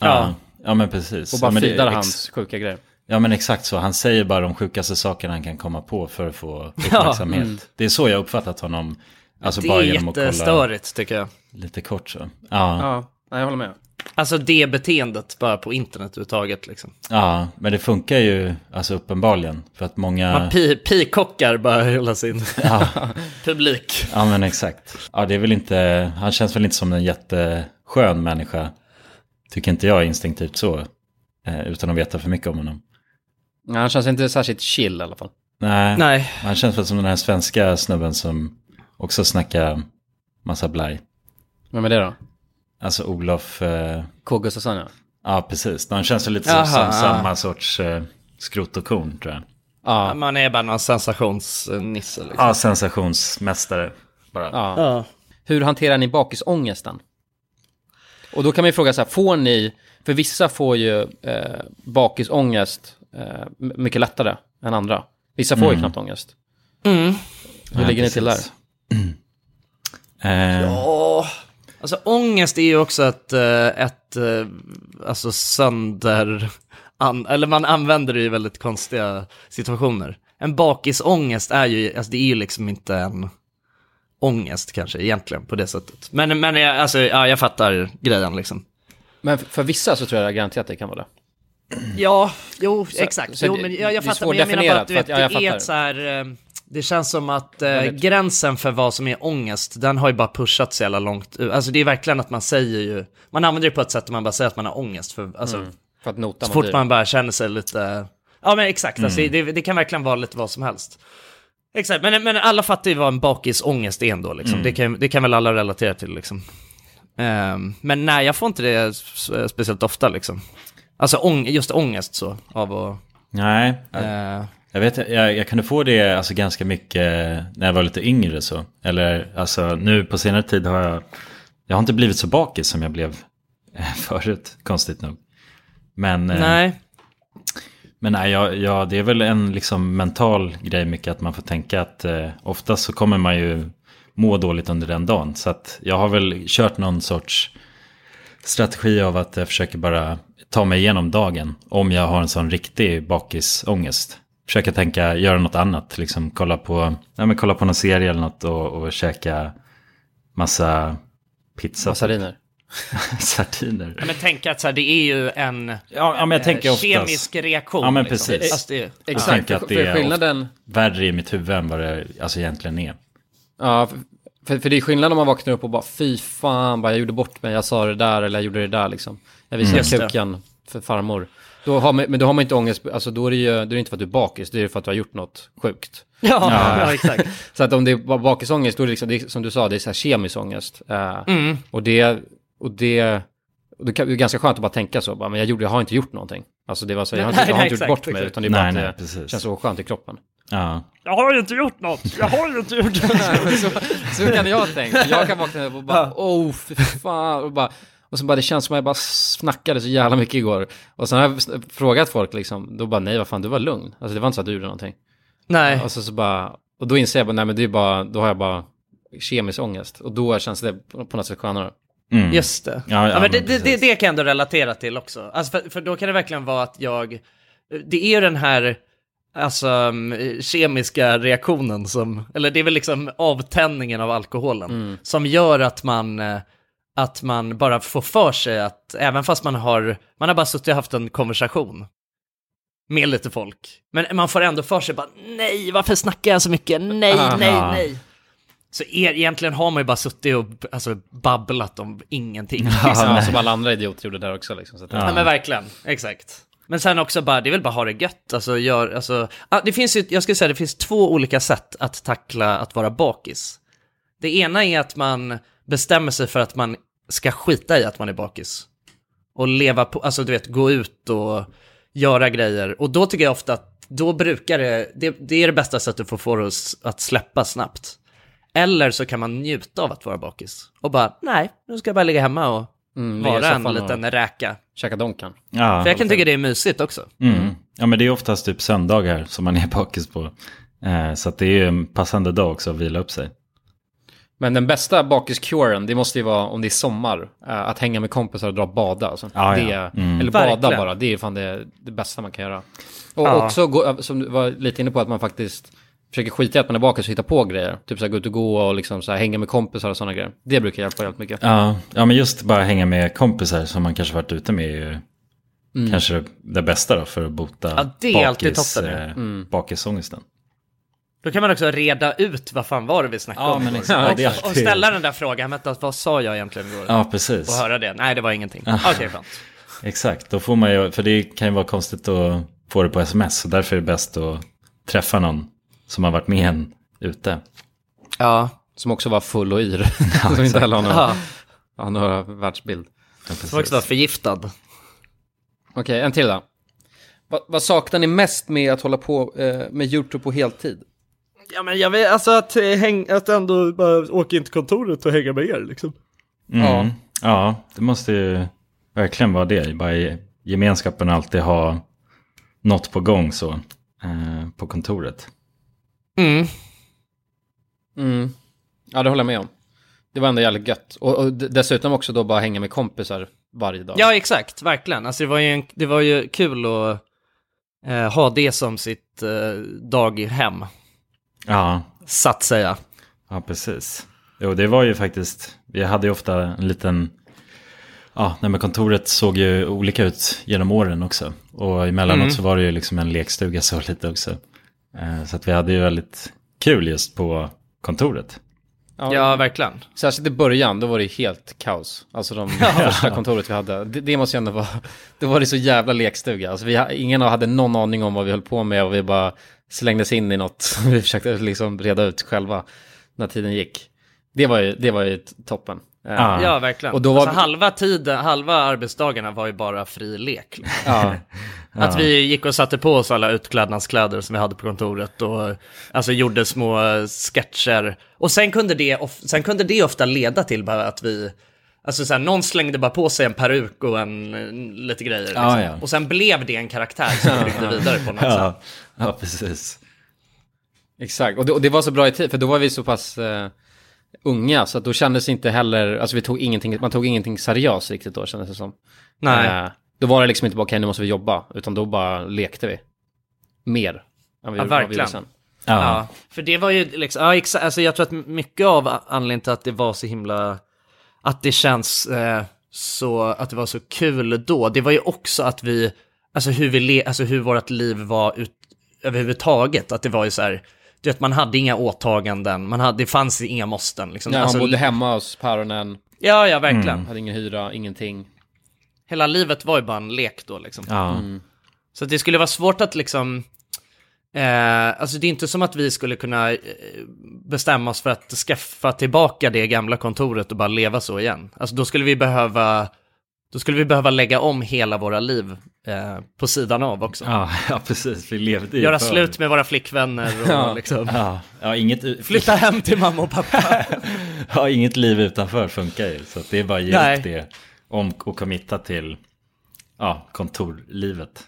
S2: Ja, ja men precis.
S3: Och bara
S2: ja, men det är
S3: feedar
S2: ex-
S3: hans sjuka grejer.
S2: Ja men exakt så, han säger bara de sjukaste sakerna han kan komma på för att få uppmärksamhet.
S8: Mm.
S2: Det är så jag uppfattat honom. Alltså
S8: Det
S2: bara
S8: är
S2: genom att kolla
S8: jättestörigt tycker jag.
S2: lite kort så. Ja.
S3: nej, jag håller med.
S8: Alltså det beteendet bara på internet överhuvudtaget liksom.
S2: Ja, men det funkar ju alltså uppenbarligen. För att många...
S8: Man pi- pikockar bara hela sin
S2: Ja.
S8: (laughs) publik.
S2: Ja men exakt. Ja det är väl inte, han känns väl inte som en jätteskön människa. Tycker inte jag instinktivt så. eh, Utan att veta för mycket om honom.
S3: Nej, han känns inte särskilt chill i alla fall.
S2: Nej.
S3: Nej.
S2: Han känns väl som den här svenska snubben som också snackar massa blaj.
S3: Vem är det då?
S2: Alltså Olof... Eh...
S3: K. Gustafsson ja.
S2: Ja precis. De känns väl lite
S8: Jaha,
S2: som, som
S8: ja.
S2: samma sorts eh, skrot och korn tror jag.
S8: Ja. Man är bara någon sensationsnisse liksom.
S2: Ja, sensationsmästare. Bara.
S3: Ja.
S8: Ja.
S3: Hur hanterar ni bakisångesten? Och då kan man ju fråga så här, får ni, för vissa får ju eh, bakisångest eh, m- mycket lättare än andra. Vissa får ju
S2: Mm.
S3: knappt ångest.
S8: Mm.
S3: Hur
S2: Ja,
S3: ligger ni till där?
S2: precis. Eh,
S8: Åh. Alltså ångest är ju också ett, eh, ett eh, alltså sönder, an, eller man använder det i väldigt konstiga situationer. En bakisångest är ju, alltså det är ju liksom inte en ångest kanske egentligen på det sättet. Men, men jag, alltså, ja, jag fattar grejen liksom.
S3: Men för, för vissa så tror jag garanterat det kan vara det.
S8: Ja, jo,
S3: Så-
S8: exakt.
S3: så
S8: jo,
S3: det-
S8: men jag,
S3: det är
S8: jag fattar, men jag
S3: svårdefinierat
S8: menar bara att du
S3: för
S8: vet,
S3: att- ja, jag
S8: det är
S3: fattar.
S8: ett så här, eh, det känns som att eh,
S3: Väldigt.
S8: gränsen för vad som är ångest, den har ju bara pushats så jävla långt. ut. Alltså det är verkligen att man säger ju, man använder det på ett sätt där man bara säger att man har ångest för, alltså,
S3: Mm, för att notan
S8: så
S3: var
S8: fort
S3: dyr.
S8: man bara känner sig lite, ja men exakt, alltså,
S3: Mm.
S8: det, det kan verkligen vara lite vad som helst. Exakt, men, men alla fattar ju vad en bakisångest är ändå, liksom.
S15: Mm.
S8: det, kan, det kan väl alla relatera till liksom. Ehm, men nej, jag får inte det s- speciellt ofta liksom. Alltså ång- just ångest så, av att...
S2: Nej.
S8: Eh.
S2: Jag, vet, jag, jag kunde få det alltså ganska mycket när jag var lite yngre. Så. Eller alltså, nu på senare tid har jag... Jag har inte blivit så bakis som jag blev eh, (laughs) förut, konstigt nog. Men, eh,
S8: Nej.
S2: men nej, ja, ja, det är väl en liksom, mental grej mycket att man får tänka att eh, oftast så kommer man ju må dåligt under den dagen. Så att jag har väl kört någon sorts strategi av att jag försöker bara ta mig igenom dagen. Om jag har en sån riktig bakisångest. Försöka tänka, göra något annat. Liksom kolla på, nej, men kolla på någon serie eller något och, och käka massa pizza.
S3: Massariner.
S2: (laughs) Sardiner.
S8: Ja, men tänk att så här, det är ju en
S2: ja, men jag tänker oftast-
S8: Eh, kemisk reaktion.
S2: Ja, men
S8: liksom.
S2: precis.
S8: Fast det-
S2: Jag tänker att
S3: för-
S2: det
S3: för
S2: är
S3: skillnaden-
S2: ofta värre i mitt huvud än vad det alltså, egentligen är.
S3: Ja, för- för, för det är skillnad om man vaknar upp och bara fy fan, bara, jag gjorde bort mig, jag sa det där eller jag gjorde det där liksom. Jag visade
S2: Mm. Just det.
S3: kuken för farmor. Då har man, men då har man inte ångest, alltså då är det ju då är det inte för att du är bakis, det är för att du har gjort något sjukt.
S8: Ja, (laughs) ja, exakt.
S3: så att om det är ba- bakisångest, då är det, liksom, det är, som du sa, det är så här kemisk ångest. Eh,
S8: Mm.
S3: Och det, och det, och det kan- det är ganska skönt att bara tänka så, bara, men jag, gjorde, jag har inte gjort någonting. Alltså det var så, jag har inte,
S8: Nej,
S3: jag har
S8: nej,
S3: inte gjort
S8: exakt,
S3: bort mig,
S8: exakt.
S3: utan det är bara
S2: Nej,
S3: att
S2: nej,
S3: det
S2: precis.
S3: känns så skönt i kroppen.
S2: Ja.
S8: Jag har ju inte gjort något! Jag har ju inte gjort något!
S3: så, så kan jag tänka. Jag kan vakna upp och bara, oh fy fan. Och bara, och Och sen bara, det känns som att jag bara snackade så jävla mycket igår. Och sen har jag s- frågat folk liksom, då bara nej, vad fan, du var lugn. Alltså det var inte så att du gjorde någonting.
S8: Nej.
S3: Och så, så bara, och då inser jag bara, nej men det är bara, då har jag bara kemisk ångest. Och då känns det på på något sätt skönare.
S8: Mm. Just det. Ja, men det, det, det, det kan jag ändå relatera till också. Alltså för, för då kan det verkligen vara att jag... Det är ju den här alltså, mm, kemiska reaktionen som... Eller det är väl liksom avtändningen av alkoholen. Som gör att man, eh, att man bara får för sig att även fast man har... Man har bara suttit och haft en konversation med lite folk. Men man får ändå för sig bara nej, varför snackar jag så mycket? Nej,
S16: Aha.
S8: nej, nej. Så er, egentligen har man ju bara suttit och alltså, babblat om ingenting. liksom.
S3: Ja, som alla andra idioter gjorde där också liksom. Så att,
S8: Ja. men verkligen, exakt. Men sen också bara, det är väl bara ha det gött, alltså gör, alltså, ah, det finns ju, jag skulle säga det finns två olika sätt att tackla att vara bakis. Det ena är att man bestämmer sig för att man ska skita i att man är bakis. Och leva på, alltså du vet, gå ut och göra grejer. Och då tycker jag ofta att, då brukar det, det, det är det bästa sättet för att få oss att släppa snabbt. Eller så kan man njuta av att vara bakis. Och bara, nej, nu ska jag bara ligga hemma och
S3: Mm, ligga i
S8: vara en
S3: soffan och-
S8: liten räka.
S3: Käka donkan.
S2: Ja.
S8: För jag kan tycka det är mysigt också.
S2: Mm. Ja, men det är oftast typ söndagar som man är bakis på. Eh, så att det är ju en passande dag också att vila upp sig.
S3: Men den bästa bakiskuren, det måste ju vara om det är sommar, eh, att hänga med kompisar och dra och bada. Alltså.
S2: Ja,
S3: det,
S2: ja. Mm.
S3: Eller bada
S2: Verkligen.
S3: bara, det är fan det, det bästa man kan göra. Och
S2: Ja.
S3: också, gå, eh, som du var lite inne på, att man faktiskt försöker skita i att man är bakis och hitta på grejer. Typ så här, gå ut och gå och liksom så här, hänga med kompisar och sådana grejer. Det brukar hjälpa helt mycket.
S2: Ja, ja men just bara hänga med kompisar som man kanske varit ute med är ju
S3: Mm.
S2: kanske det- det bästa då för att bota
S8: Ja, det är alltid toppen, ja.
S2: eh,
S8: Mm.
S2: bakisångesten.
S8: (laughs) Då kan man också reda ut vad fan var det vi snackade
S2: Ja,
S8: om.
S2: men exakt. Ja, det är
S8: och, och
S2: alltid-
S8: ställa den där frågan, vänta, vad sa jag egentligen igår?
S2: Ja, precis.
S8: Och höra det, nej det var ingenting.
S2: Ah.
S8: Okej, skönt.
S2: Exakt, då får man ju, för det kan ju vara konstigt att få det på sms. Så därför är det bäst att träffa någon som har varit med en ute.
S8: Ja.
S3: Som också var full och yr. (laughs) som inte heller har någon,
S8: Ja.
S3: har någon världsbild.
S8: Som också var förgiftad.
S3: Okej, en till då. Vad, vad saknar ni mest med att hålla på eh, med YouTube på heltid?
S8: Ja men jag vet, alltså att, häng, att ändå bara åka in till kontoret och hänga med er liksom.
S2: Mm.
S8: Ja.
S2: Ja. det måste ju verkligen vara det. Bara i gemenskapen alltid ha något på gång så eh, på kontoret.
S8: Mm.
S3: Mm. Ja, det håller jag med om. Det var ändå jävligt gött. Och, och d- dessutom också då bara hänga med kompisar varje dag.
S8: Ja exakt, verkligen. Alltså det var ju, en, det var ju kul att eh, ha det som sitt eh, daghem,
S2: Ja.
S8: så att säga.
S2: Ja, precis. Jo, det var ju faktiskt, vi hade ju ofta en liten, ja, nej men kontoret såg ju olika ut genom åren också. Och emellanåt
S8: Mm.
S2: så var det ju liksom en lekstuga så lite också. Eh, så att vi hade ju väldigt kul just på kontoret.
S3: Ja,
S8: verkligen.
S3: Särskilt i början, då var det helt kaos. Alltså (laughs) de första kontoret vi hade. Det, det måste ju ändå vara... (laughs) Då var det så jävla lekstuga. Alltså vi, ha- ingen av hade någon aning om vad vi höll på med och vi bara slängdes in i något (laughs) som vi försökte liksom reda ut själva när tiden gick. Det var ju, det var ju t- toppen. Eh, (laughs)
S8: Ja, verkligen.
S3: Och då var
S8: alltså, halva, tiden, halva arbetsdagarna var ju bara fri lek. liksom.
S3: Ja.
S8: Att
S3: Ja.
S8: vi gick och satte på oss alla utklädnadskläder som vi hade på kontoret och eh, alltså, gjorde små eh, sketcher. Och sen kunde det, of- sen kunde det ofta leda till bara att vi, alltså så här, någon slängde bara på sig en peruk och en, eh, lite grejer. Liksom.
S2: Ja, ja.
S8: Och sen blev det en karaktär som
S2: (laughs)
S8: vi byggde vidare på något sätt.
S2: ja. ja, precis.
S3: Exakt, och det, och det var så bra i tid, för då var vi så pass eh, unga, så att då kändes inte heller, alltså vi tog ingenting, man tog ingenting seriöst riktigt då kändes det som.
S8: Nej.
S3: då var det liksom inte bara, okej nu måste vi jobba, utan då bara lekte vi. Mer. Än vi,
S8: Ja,
S3: gjorde- vad vi
S8: verkligen.
S3: gjorde sen.
S8: Ja. för det var ju liksom, ja, exa, alltså jag tror att mycket av a- anledningen till att det var så himla, att det känns eh, så, att det var så kul då, det var ju också att vi, alltså hur vi, le, alltså hur vårt liv var ut, överhuvudtaget, att det var ju så här, du vet man hade inga åtaganden, man hade, det fanns inga måsten liksom.
S3: Ja,
S8: alltså,
S3: han bodde hemma hos päronen.
S8: Ja, ja, verkligen.
S3: Hade ingen hyra, ingenting.
S8: Hela livet var ju bara en lek då liksom.
S2: Ja.
S8: Så att det skulle vara svårt att liksom... Eh, alltså det är inte som att vi skulle kunna eh, bestämma oss för att skaffa tillbaka det gamla kontoret och bara leva så igen. Alltså då skulle vi behöva, då skulle vi behöva lägga om hela våra liv eh, på sidan av också.
S2: Ja, (laughs) ja, precis. Vi levde ju
S8: Göra
S2: för-
S8: slut med våra flickvänner och
S2: Ja.
S8: liksom...
S2: Ja. Ja, inget, (laughs)
S8: Flytta hem till mamma och pappa.
S2: ja, inget liv utanför funkar ju. Så att det är bara att ge
S8: Nej.
S2: upp det om och committa till ja, kontorlivet.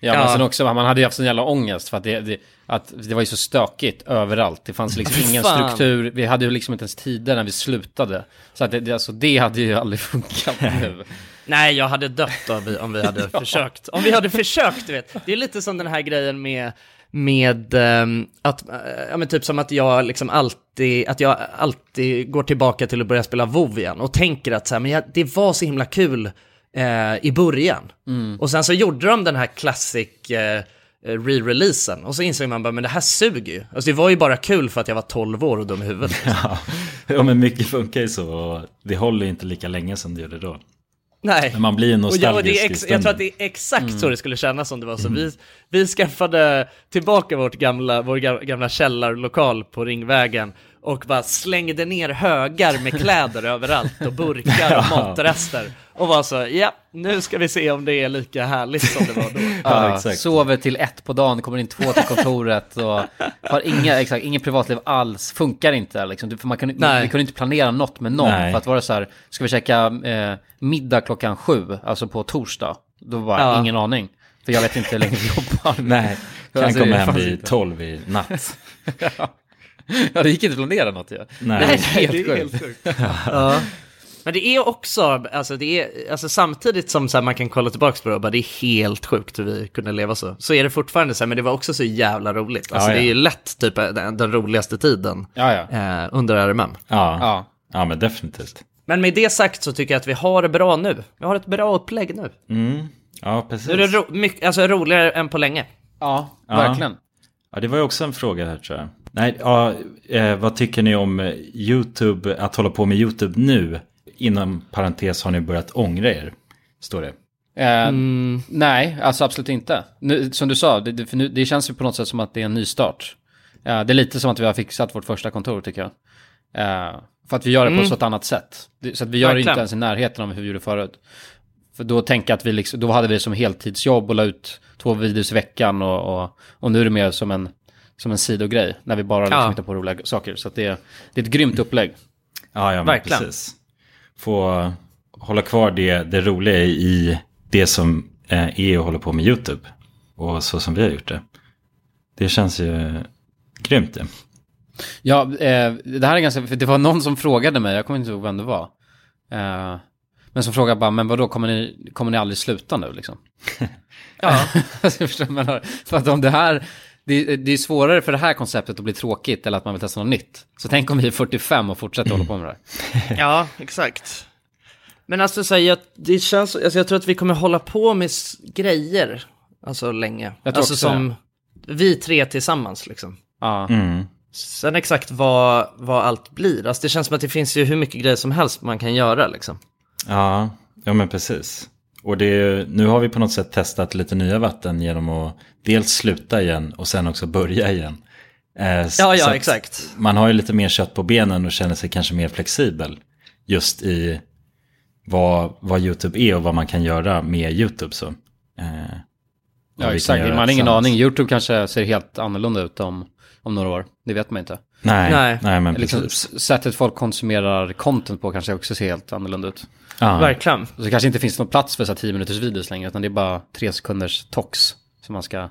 S3: Ja, men sen också, man hade ju haft sån jävla ångest för att det, det, att det var ju så stökigt överallt. Det fanns
S8: (laughs)
S3: liksom ingen
S17: Fan.
S3: struktur, vi hade ju liksom inte ens tider när vi slutade. Så att det, det, alltså, det hade ju aldrig (laughs) funkat nu.
S8: Nej, jag hade dött om vi, om vi hade
S17: (laughs) Ja.
S8: försökt. Om vi hade försökt, du vet. Det är lite som den här grejen med, med ehm, att, eh, ja men typ som att jag liksom alltid, att jag alltid går tillbaka till att börja spela WoW igen och tänker att så här, men jag, det var så himla kul eh, i början.
S17: Mm.
S8: Och sen så gjorde de den här classic eh, eh, re-releasen och så insåg man bara, men det här suger ju. Alltså det var ju bara kul för att jag var 12 år och dum i huvudet.
S2: Ja, (laughs) ja men mycket funkar ju så och det håller ju inte lika länge som det gjorde då.
S8: Nej.
S2: Men man blir ju
S8: Och jag,
S2: nostalgisk
S8: och det är
S2: i
S8: ex-
S2: stunden.
S8: jag tror att det är exakt så det skulle kännas om det var så.
S2: Mm.
S8: Vi, vi skaffade tillbaka vårt gamla, vår ga- gamla källarlokal på Ringvägen och bara slängde ner högar med kläder (laughs) överallt och burkar och
S17: Ja.
S8: matrester. Och var så, ja, nu ska vi se om det är lika härligt som det var då.
S2: (laughs)
S3: Ja, Sover till ett på dagen, kommer in två till kontoret och har inga, exakt, inget privatliv alls. Funkar inte liksom. Du- För man kan,
S8: Nej.
S3: vi kunde inte planera något med någon.
S8: Nej.
S3: För att vara så här, ska vi käka eh, middag klockan sju, alltså på torsdag? Då var
S2: Ja.
S3: ingen aning. För jag vet inte hur länge vi jobbar.
S2: (laughs) Nej, kan
S3: Alltså,
S2: komma
S3: det
S2: hem
S3: fanns
S2: vid
S3: inte.
S2: tolv i natt.
S3: (laughs) Ja, det gick inte att planera något ju.
S2: Nej.
S3: det är helt
S8: det är
S3: sjukt.
S8: ja. Men det är också, alltså, det är, alltså samtidigt som så här, man kan kolla tillbaka på det och bara det är helt sjukt hur vi kunde leva så. Så är det fortfarande så här, men det var också så jävla roligt. Alltså
S2: Ja, ja.
S8: det är ju lätt typ den, den roligaste tiden
S3: Ja, ja.
S8: Eh, under RMM.
S2: Ja.
S3: ja.
S2: ja, men definitivt.
S8: Men med det sagt så tycker jag att vi har det bra nu. Vi har ett bra upplägg nu.
S2: Mm. Ja, precis.
S8: Nu är det ro- mycket, alltså, roligare än på länge.
S3: Ja,
S2: Ja. Ja, det var ju också en fråga här tror jag. Nej, ja, eh, vad tycker ni om eh, YouTube, att hålla på med YouTube nu? Inom parentes har ni börjat ångra er, står det.
S3: Eh,
S17: Mm.
S3: Nej, alltså absolut inte. Nu, som du sa, det, det, för nu, det känns ju på något sätt som att det är en ny start. Eh, det är lite som att vi har fixat vårt första kontor tycker jag. Eh, för att vi gör det
S17: Mm.
S3: på ett sådant annat sätt. Det, så att vi gör det inte
S17: Verkligen.
S3: ens i närheten av hur vi gjorde förut. För då tänker jag att vi liksom, då hade vi det som heltidsjobb och la ut två videos i veckan och, och, och nu är det mer som en, som en sidogrej. När vi bara liksom
S2: Ja.
S3: hittar på roliga saker. Så att det, är- det är ett grymt upplägg.
S2: Ja, ja men
S3: Verkligen.
S2: precis. Få hålla kvar det, det roliga i det som eh, är att hålla på med YouTube. Och så som vi har gjort det. Det känns ju grymt det.
S3: Ja, eh, det här är ganska, för det var någon som frågade mig, jag kommer inte ihåg vem det var. Eh, men som frågade bara, men vadå, kommer ni, kommer ni aldrig sluta
S2: (laughs)
S3: nu liksom? (laughs) ja. för att om det här, det, det är svårare för det här konceptet att bli tråkigt eller att man vill testa något nytt. Så tänk om vi är 45 och fortsätter hålla på med det
S2: (clears throat)
S3: här.
S8: (laughs) Ja, exakt. Men alltså så här, jag, det känns, alltså, jag tror att vi kommer hålla på med s- grejer alltså länge.
S17: Jag tror
S8: alltså
S17: också
S8: som vi tre tillsammans liksom.
S3: Ja.
S2: Mm.
S8: Sen exakt vad, vad allt blir. Alltså det känns som att det finns ju hur mycket grejer som helst man kan göra liksom.
S2: Ja, ja men precis. Och det, är- nu har vi på något sätt testat lite nya vatten genom att dels sluta igen och sen också börja igen. Eh, s-
S8: Ja, ja,
S2: så att
S8: exakt.
S2: Man har ju lite mer kött på benen och känner sig kanske mer flexibel just i vad, vad YouTube är och vad man kan göra med YouTube. Så. Eh, vad vi
S3: Ja,
S2: kan
S3: exakt.
S2: göra
S3: Man har ingen
S2: tillsammans.
S3: aning. YouTube kanske ser helt annorlunda ut om, om några år. Det vet man inte.
S2: Nej, Nej. nej, men
S3: liksom,
S2: precis.
S3: s- Sättet folk konsumerar content på kanske också ser helt annorlunda ut.
S2: Ja.
S8: Verkligen.
S3: Så det kanske inte finns någon plats för så här 10 minuters videos längre, utan det är bara tre sekunders tox som man ska...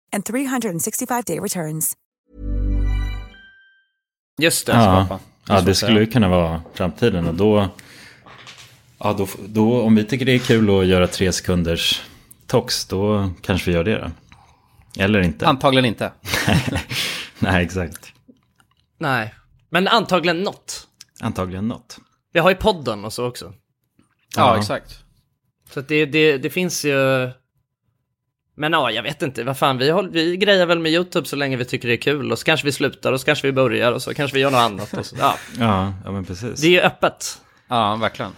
S7: and 365-day returns.
S8: Just det,
S2: Ja, ja det skulle ju kunna vara framtiden. Och då, ja, då, då, om vi tycker det är kul att göra tre sekunders tox, då kanske vi gör det då. Eller inte.
S3: Antagligen inte.
S2: Nej, exakt.
S8: Nej, men antagligen något.
S2: Antagligen något.
S8: Vi har ju podden och så också.
S2: Ja, Ja. exakt.
S8: Så att det, det, det finns ju... Men ja, jag vet inte, vad fan, vi, håller, vi grejer väl med YouTube så länge vi tycker det är kul och så kanske vi slutar och så kanske vi börjar och så kanske vi gör något annat och så, ja.
S2: Ja, ja men precis.
S8: Det är ju öppet.
S3: Ja, verkligen.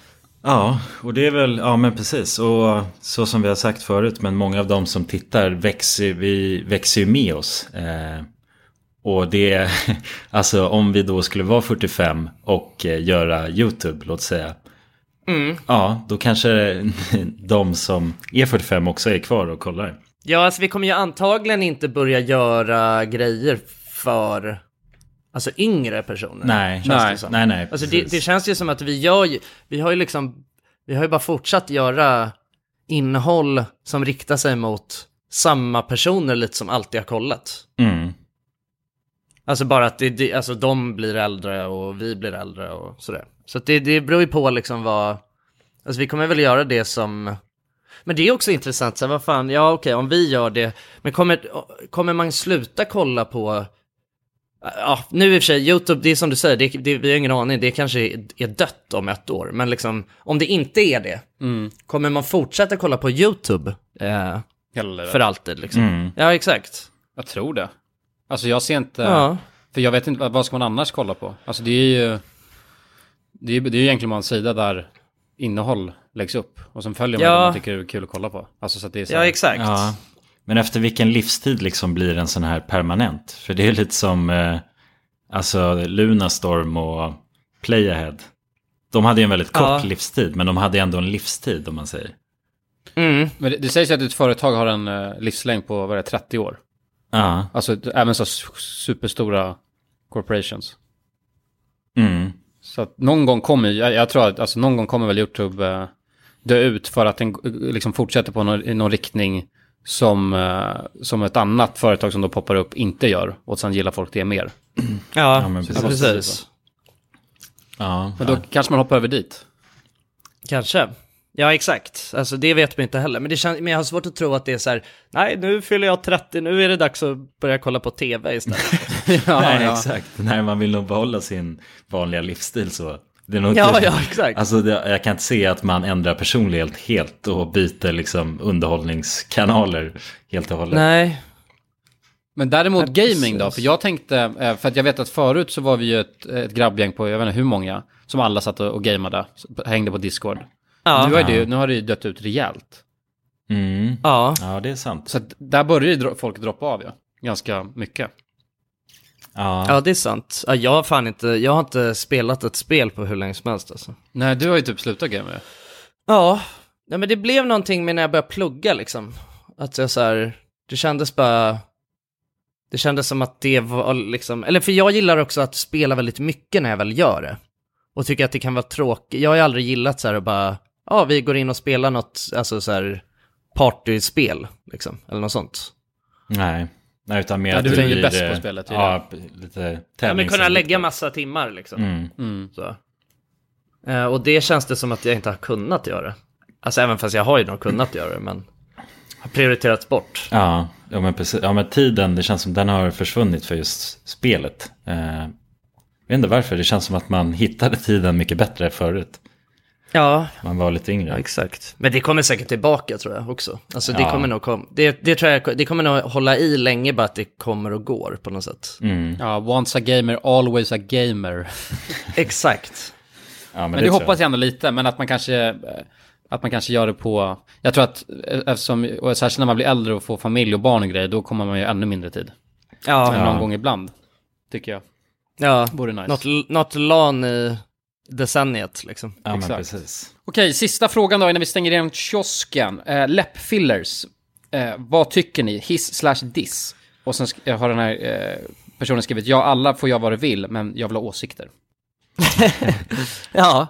S2: Ja, och det är väl, ja men precis. Och så som vi har sagt förut, men många av de som tittar växer, vi växer ju med oss. Eh, och det, (laughs) alltså om vi då skulle vara 45 och eh, göra YouTube, låt säga.
S8: Mm.
S2: Ja, då kanske (laughs) de som är 45 också är kvar och kollar.
S8: Ja, alltså vi kommer ju antagligen inte börja göra grejer för alltså yngre personer.
S2: Nej,
S8: känns
S2: nej,
S8: det som.
S2: nej, nej,
S8: Alltså det,
S2: precis.
S8: det känns ju som att vi gör ju, vi har ju liksom, vi har ju bara fortsatt göra innehåll som riktar sig mot samma personer lite som alltid har kollat.
S2: Mm.
S8: Alltså bara att det, det, alltså de blir äldre och vi blir äldre och sådär. Så att det, det beror ju på liksom vad, alltså vi kommer väl göra det som, men det är också intressant, så här, vad fan, ja okej om vi gör det, men kommer, kommer man sluta kolla på, ja nu i och för sig, YouTube, det är som du säger, det, det, vi har ingen aning, det kanske är, är dött om ett år, men liksom om det inte är det,
S3: Mm.
S8: kommer man fortsätta kolla på YouTube eh,
S3: Hellre.
S8: för alltid liksom?
S3: Mm.
S8: Ja exakt.
S3: Jag tror det. Alltså jag ser inte...
S8: Ja.
S3: För jag vet inte, vad- vad ska man annars kolla på? Alltså det är ju... Det är ju det är ju egentligen bara en sida där innehåll läggs upp. Och sen följer man
S8: Ja.
S3: det man tycker är kul att kolla på. Alltså så att det är så här-
S2: Ja. Men efter vilken livstid liksom blir en sån här permanent? För det är lite som eh, alltså Lunarstorm och Playahead. De hade ju en väldigt kort
S3: Ja.
S2: livstid, men de hade ju ändå en livstid om man säger.
S3: Men det, det sägs ju att ett företag har en eh, livslängd på, vad är det, 30 år?
S2: Ja.
S3: Alltså d- även så s- superstora corporations.
S2: Mm.
S3: Så att någon gång kommer, ju- jag, jag tror att alltså, någon gång kommer väl YouTube eh, dö ut för att den eh, liksom fortsätter på någon, i någon riktning som, eh, som ett annat företag som då poppar upp inte gör. Och sen gillar folk det mer.
S8: Ja,
S2: Ja, men
S8: ja,
S2: precis.
S8: precis.
S2: Ja,
S3: Men då kanske man hoppar över (laughs) dit.
S8: Kanske. Ja, exakt. Alltså det vet man inte heller. Men, det känns, men jag har svårt att tro att det är så här, nej nu fyller jag 30, nu är det dags att börja kolla på tv istället.
S2: Nej, exakt. Nej, man vill nog behålla sin vanliga livsstil så. Det är nog
S8: Ja, ja, exakt.
S2: Alltså, det, jag kan inte se att man ändrar personlighet helt och byter liksom underhållningskanaler helt och hållet.
S8: Nej.
S3: Men däremot gaming då? För jag tänkte, eh, för att jag vet att förut så var vi ju ett, ett grabbgäng på, jag vet inte hur många, som alla satt och, och gamade, hängde på Discord.
S2: Ja.
S3: Nu, är det, ju-
S2: Ja.
S3: nu har det ju dött ut rejält.
S2: Mm.
S8: Ja.
S2: ja, det är sant.
S3: Så att där börjar ju dro- folk droppa av ju, ganska mycket.
S2: Ja.
S8: ja, det är sant. Ja, jag, har fan inte, jag har inte spelat ett spel på hur länge som helst alltså.
S3: Nej, du har ju typ slutat gamea.
S8: Ja, nej, men det blev någonting med när jag började plugga liksom. Att jag så här, det kändes bara, det kändes som att det var liksom, eller för jag gillar också att spela väldigt mycket när jag väl gör det. Och tycker att det kan vara tråkigt, jag har ju aldrig gillat så här att bara, ja vi går in och spelar något, alltså så här partyspel liksom, eller något sånt.
S2: Nej. Nej, utan mer
S8: Ja,
S2: att
S8: du är ju
S2: blir,
S8: bäst på
S2: eh,
S8: spelet, tydligen.
S2: Ja, p- lite
S8: Ja, men
S2: tävlings...
S8: kunna lägga massa timmar liksom.
S2: Mm.
S8: Så. Eh, och det känns det som att jag inte har kunnat göra. Alltså även fast jag har ju nog kunnat göra det, men har prioriterats bort.
S2: Ja, ja, men precis. Ja, men tiden, det känns som den har försvunnit för just spelet. Eh, jag vet inte varför, det känns som att man hittade tiden mycket bättre förut.
S8: Ja,
S2: Man var lite yngre.
S8: exakt. men det kommer säkert tillbaka tror jag också. Alltså det
S2: Ja.
S8: kommer nog kom, det, det tror jag, det kommer nog hålla i länge bara att det kommer och går på något sätt.
S2: Mm.
S3: Ja, once a gamer, always a gamer.
S8: Exakt.
S2: men
S3: men
S2: det
S3: det,
S2: tror
S3: hoppas jag ändå lite, men att man kanske... eh, Att man kanske gör det på... Jag tror att eh, eftersom, och särskilt när man blir äldre och får familj och barn och grejer, då kommer man ju ännu mindre tid.
S8: Ja.
S3: Men någon
S8: Ja.
S3: gång ibland, tycker jag.
S8: Ja,
S3: Vore nice.
S8: något, något LAN i decenniet liksom.
S2: Ja, men precis.
S3: Okej, sista frågan då innan vi stänger igen kiosken. Eh, läppfillers. Eh, vad tycker ni? Hiss slash diss? Och sen sk- har den här eh, personen skrivit, ja alla får jag vad de vill, men jag vill ha åsikter.
S8: Ja.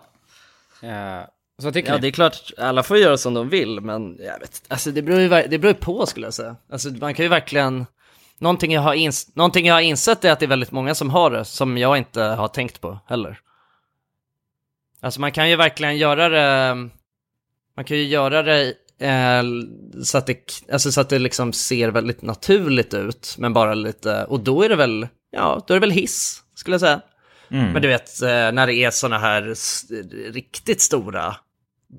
S3: Eh, så vad tycker
S8: ja,
S3: ni?
S8: det är klart, alla får göra som de vill, men jag vet inte. alltså, det, beror ju, ver- det beror ju på skulle jag säga. Alltså, man kan ju verkligen, någonting jag, har ins... någonting jag har insett är att det är väldigt många som har det, som jag inte har tänkt på heller. Alltså man kan ju verkligen göra det, man kan ju göra det eh, så, att det, alltså, så att det liksom ser väldigt naturligt ut, men bara lite, och då är det väl, ja, då är det väl hiss, skulle jag säga.
S2: Mm.
S8: Men du vet, eh, när det är såna här s- riktigt stora,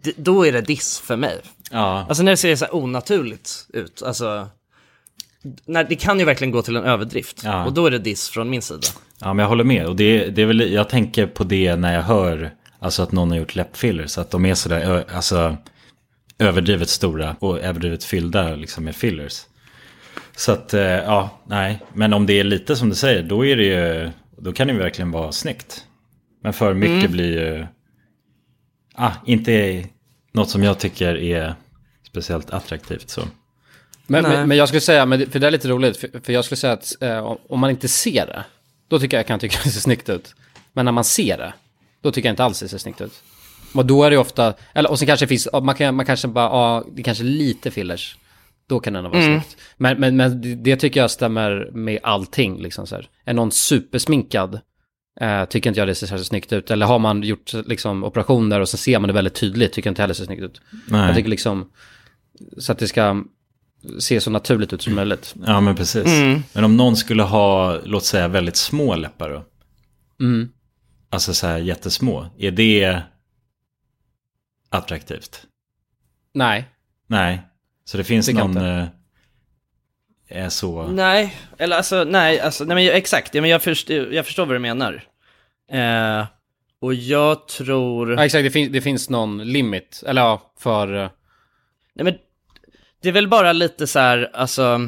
S8: d- då är det diss för mig.
S2: Ja.
S8: Alltså när det ser så här onaturligt ut, alltså, d- när, det kan ju verkligen gå till en överdrift.
S2: Ja.
S8: Och då är det diss från min sida.
S2: Ja, men jag håller med. Och det, det är väl, jag tänker på det när jag hör alltså att någon har gjort läppfillers. Att de är sådär ö- alltså, överdrivet stora och överdrivet fyllda liksom, med fillers. Så att, eh, ja, nej. Men om det är lite som du säger, då, är det ju, då kan det ju verkligen vara snyggt. Men för mycket
S18: Mm.
S2: blir ju ah, inte något som jag tycker är speciellt attraktivt. Så.
S3: Men,
S2: Nej.
S3: men, men jag skulle säga, men det- för det är lite roligt, för, för jag skulle säga att eh, om man inte ser det, då tycker jag, jag kan tycka (laughs) det ser snyggt ut. Men när man ser det, då tycker jag inte alls det ser snyggt ut. Och då är det ju ofta, eller och sen kanske det finns, ja, man, kan, man kanske bara, ja, det kanske är lite fillers. Då kan det ändå vara
S19: Mm.
S3: snyggt. Men, men, men det- det tycker jag stämmer med allting, liksom så här. Är någon supersminkad, eh, tycker inte jag det ser särskilt snyggt ut. Eller har man gjort liksom operationer och sen ser man det väldigt tydligt, tycker jag inte heller det ser snyggt ut.
S2: Nej.
S3: Jag tycker liksom, så att det ska se så naturligt ut som möjligt.
S2: Ja, men precis.
S3: Mm.
S2: Men om någon skulle ha, låt säga, väldigt små läppar då?
S3: Mm.
S2: Alltså så här jättesmå. Är det attraktivt?
S3: Nej.
S2: Nej. Så det finns
S8: Tycker jag
S2: någon... eh, Är så...
S8: Nej, eller alltså nej, alltså, nej men jag- exakt, ja, men jag, först, jag förstår vad du menar. Eh, och jag tror...
S3: Ja, exakt, det, fin- det finns någon limit, eller ja, för... eh,
S8: Nej men, det är väl bara lite så här, alltså,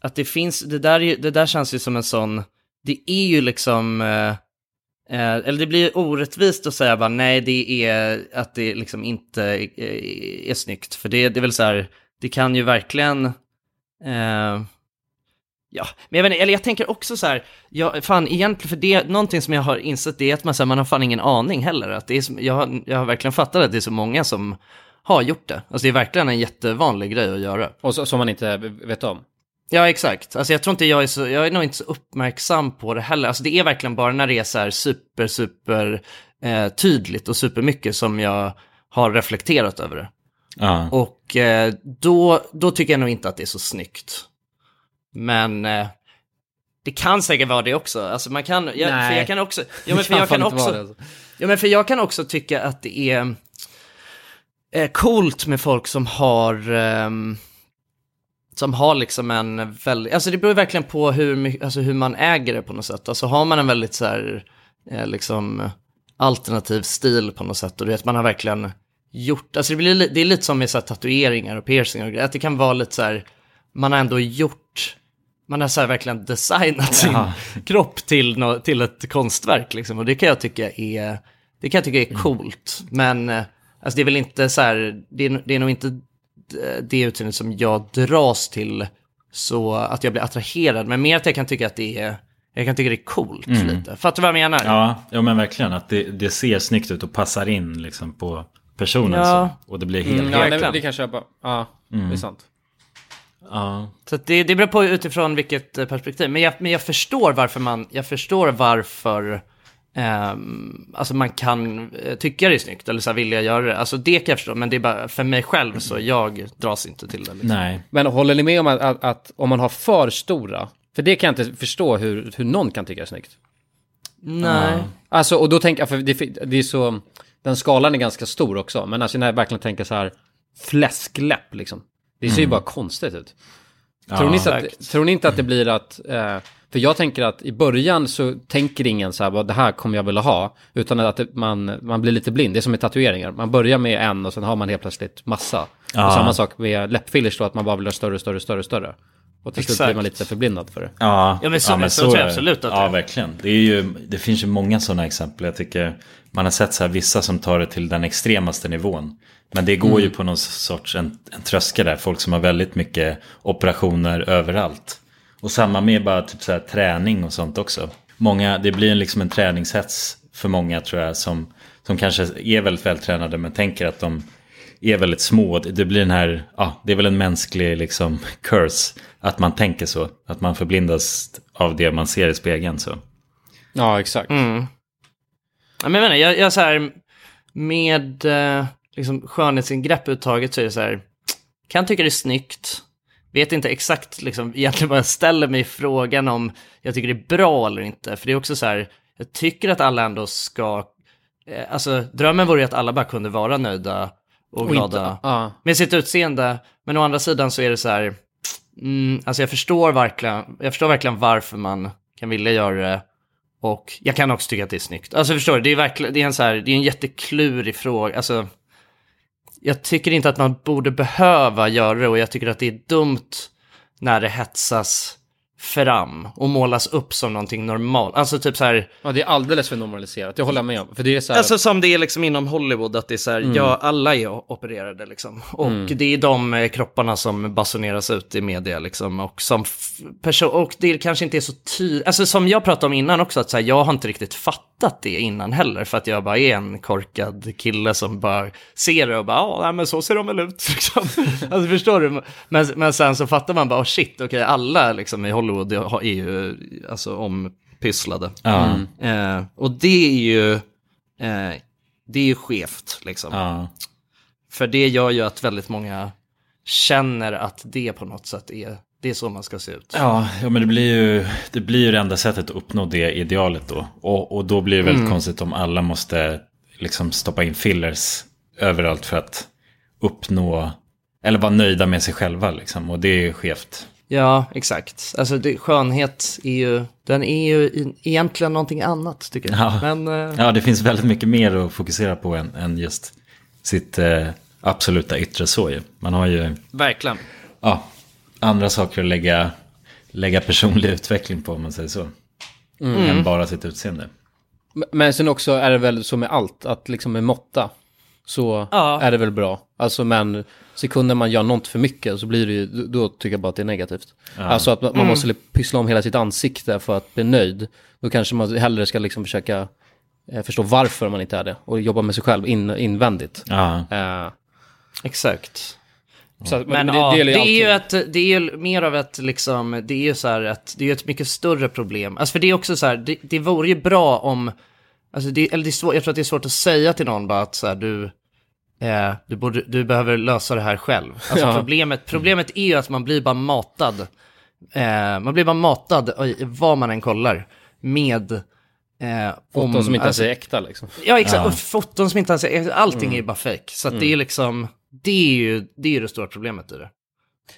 S8: att det finns, det där, är ju- det där känns ju som en sån, det är ju liksom, eh, eh, eller det blir ju orättvist att säga bara nej, det är att det liksom inte eh, är snyggt, för det, det är väl så här, det kan ju verkligen, eh, Ja, men jag vet inte, eller jag tänker också så här, jag, fan egentligen, för det, någonting som jag har insett det är att man, så här, man har fan ingen aning heller. Att det är som, jag, har- jag har verkligen fattat att det är så många som har gjort det. Alltså det är verkligen en jättevanlig grej att göra.
S3: Och så, som man inte vet om.
S8: Ja, exakt. Alltså jag tror inte jag är så, jag är nog inte så uppmärksam på det heller. Alltså det är verkligen bara när det är så här super, super eh, tydligt och supermycket som jag har reflekterat över det.
S2: Ja.
S8: Och eh, då, då tycker jag nog inte att det är så snyggt. Men eh, det kan säkert vara det också. Alltså man kan, jag,
S3: Nej.
S8: för jag kan också,
S3: Det
S8: ja, men för
S3: kan
S8: jag
S3: fan
S8: kan
S3: inte vara det,
S8: också,
S3: alltså.
S8: ja, men för jag kan också tycka att det är eh, coolt med folk som har, ehm, som har liksom en väldigt, alltså det beror ju verkligen på hur, my- alltså hur man äger det på något sätt. Alltså har man en väldigt så här, eh, liksom alternativ stil på något sätt och du vet man har verkligen gjort, alltså det, blir, li- det är lite som med så här, tatueringar och piercingar och grejer, att det kan vara lite så här, man har ändå gjort, man har så här verkligen designat sin
S2: Jaha.
S8: (laughs) kropp till, nå- till ett konstverk liksom och det kan jag tycka är, det kan jag tycka är coolt, men eh, alltså det är väl inte så här, det är, det är nog inte eh, det utseendet som jag dras till så att jag blir attraherad, men mer att jag kan tycka att det är, jag kan tycka det är coolt
S2: Mm.
S8: lite. Fattar du vad jag menar?
S2: Ja, ja, men verkligen. Att det, det ser snyggt ut och passar in liksom på personen.
S8: Ja.
S2: Så, och det blir
S8: Mm,
S2: helhet.
S3: ja, det, det kan jag köpa. Ja,
S2: Mm.
S3: det är sant.
S2: Ja.
S8: Så att det, det beror på utifrån vilket eh, perspektiv. Men jag, men jag förstår varför man, jag förstår varför ehm, alltså man kan eh, tycka det är snyggt eller så här vilja göra det. Alltså det kan jag förstå, men det är bara för mig själv så jag dras inte till det. Liksom.
S2: Nej.
S3: Men håller ni med om att, att, att om man har för stora, för det kan jag inte förstå hur, hur någon kan tycka är snyggt.
S8: Nej.
S3: Alltså, och då tänker jag, för det, det är så, den skalan är ganska stor också, men alltså när jag verkligen tänker så här, fläskläpp liksom. Det ser ju
S2: Mm.
S3: bara konstigt ut.
S2: Ja.
S3: Tror, ni så att,
S2: Exakt.
S3: tror ni inte att det blir att, eh, för jag tänker att i början så tänker ingen så här, vad det här kommer jag vilja ha, utan att det, man, man blir lite blind, det är som med tatueringar, man börjar med en och sen har man helt plötsligt massa.
S2: Ja.
S3: Och samma sak med läppfillers då, att man bara vill ha större, större, större, större. Och till slut blir man lite förblindad för det.
S2: Ja,
S8: Ja, men så- så tror jag absolut att
S2: ja,
S8: det är.
S2: verkligen. Det, är ju, det finns ju många sådana exempel. Jag tycker man har sett så här vissa som tar det till den extremaste nivån. Men det går
S3: Mm.
S2: ju på någon sorts en, en tröskel där. Folk som har väldigt mycket operationer överallt. Och samma med bara typ så här träning och sånt också. Många, det blir en liksom en träningshets för många tror jag som, som kanske är väldigt vältränade men tänker att de är väldigt små. Det det blir den här, ja, det är väl en mänsklig liksom curse. Att man tänker så. Att man förblindas av det man ser i spegeln så.
S3: Ja, exakt.
S8: Mm. Ja, men jag menar, jag, jag så här, med eh, liksom skönhetsingrepp uttaget så är det så här, kan tycka det är snyggt, vet inte exakt liksom, egentligen vad jag ställer mig frågan om jag tycker det är bra eller inte, för det är också så här, jag tycker att alla ändå ska, eh, alltså drömmen vore ju att alla bara kunde vara nöjda och
S3: Och inte-
S8: glada
S3: ja.
S8: med sitt utseende, men å andra sidan så är det så här, mm, alltså jag förstår, verkligen, jag förstår verkligen varför man kan vilja göra det, och jag kan också tycka att det är snyggt. Alltså förstår du, det är verkligen, det är en så här, det är en jätteklurig fråga. Alltså, jag tycker inte att man borde behöva göra det och jag tycker att det är dumt när det hetsas fram och målas upp som någonting normalt. Alltså typ så här,
S3: Ja, det är alldeles för normaliserat. Det håller jag med om. För det är så här...
S8: alltså som det är liksom inom Hollywood, att det är så här,
S3: Mm.
S8: ja, alla är o- opererade liksom. Och
S3: Mm.
S8: det är de eh, kropparna som basuneras ut i media liksom. Och, som f- perso- och det kanske inte är så tydligt, alltså som jag pratade om innan också, att så här, jag har inte riktigt fattat det innan heller, för att jag bara är en korkad kille som bara ser det och bara, ja, nej, men så ser de väl ut (laughs) liksom. alltså förstår du? Men, men sen så fattar man bara, oh, shit, okej, alla liksom i Hollywood har- är ju alltså ompysslade.
S2: Ja.
S8: Eh, och det är ju, eh, det är ju skevt liksom. För det gör ju att väldigt många känner att det på något sätt är, det är så man ska se ut.
S2: Ja, ja men det blir, ju, det blir ju det enda sättet att uppnå det idealet då. Och, och då blir det väldigt
S8: Mm.
S2: konstigt om alla måste liksom stoppa in fillers överallt för att uppnå, eller vara nöjda med sig själva liksom. Och det är ju skevt.
S8: Ja, exakt. Alltså det, skönhet är ju, den är ju i, egentligen någonting annat tycker jag.
S2: Ja.
S8: Men, eh,
S2: Ja, det finns väldigt mycket mer att fokusera på än, än just sitt eh, absoluta yttre så ju. Man har ju
S8: Verkligen.
S2: ja, andra saker att lägga, lägga personlig utveckling på om man säger så.
S3: Mm.
S2: Än bara sitt utseende.
S3: Men- Men sen också är det väl så med allt, att liksom med måtta så
S8: Ja.
S3: är det väl bra. Alltså men sekunder man gör något för mycket så blir det ju, då- då tycker jag bara att det är negativt.
S2: Ja.
S3: Alltså att man man
S8: Mm.
S3: måste li- pyssla om hela sitt ansikte för att bli nöjd. Då kanske man hellre ska liksom försöka eh, förstå varför man inte är det och jobba med sig själv in, invändigt.
S2: Ja.
S3: Eh,
S8: Exakt.
S3: Så att, men,
S8: Men,
S3: det,
S8: ja,
S3: det gäller ju
S8: det, är ju
S3: allting.
S8: ett, det är ju mer av ett, liksom, det är ju så här att, det är ju ett mycket större problem. Alltså för det är också så här, det, det vore ju bra om, alltså det, eller det är svår, jag tror att det är svårt att säga till någon bara att så här, du, eh, du, borde, du behöver lösa det här själv. Alltså
S3: Ja.
S8: problemet, problemet är ju att man blir bara matad, eh, man blir bara matad i vad man än kollar med eh,
S3: Foton som inte ens
S8: alltså-
S3: är äkta liksom.
S8: Ja, exakt.
S3: Ja.
S8: Och foton som inte ens är... Allting
S3: Mm.
S8: är ju bara fake. Så att
S3: Mm.
S8: det är liksom... Det är ju det, är ju det stora problemet i det.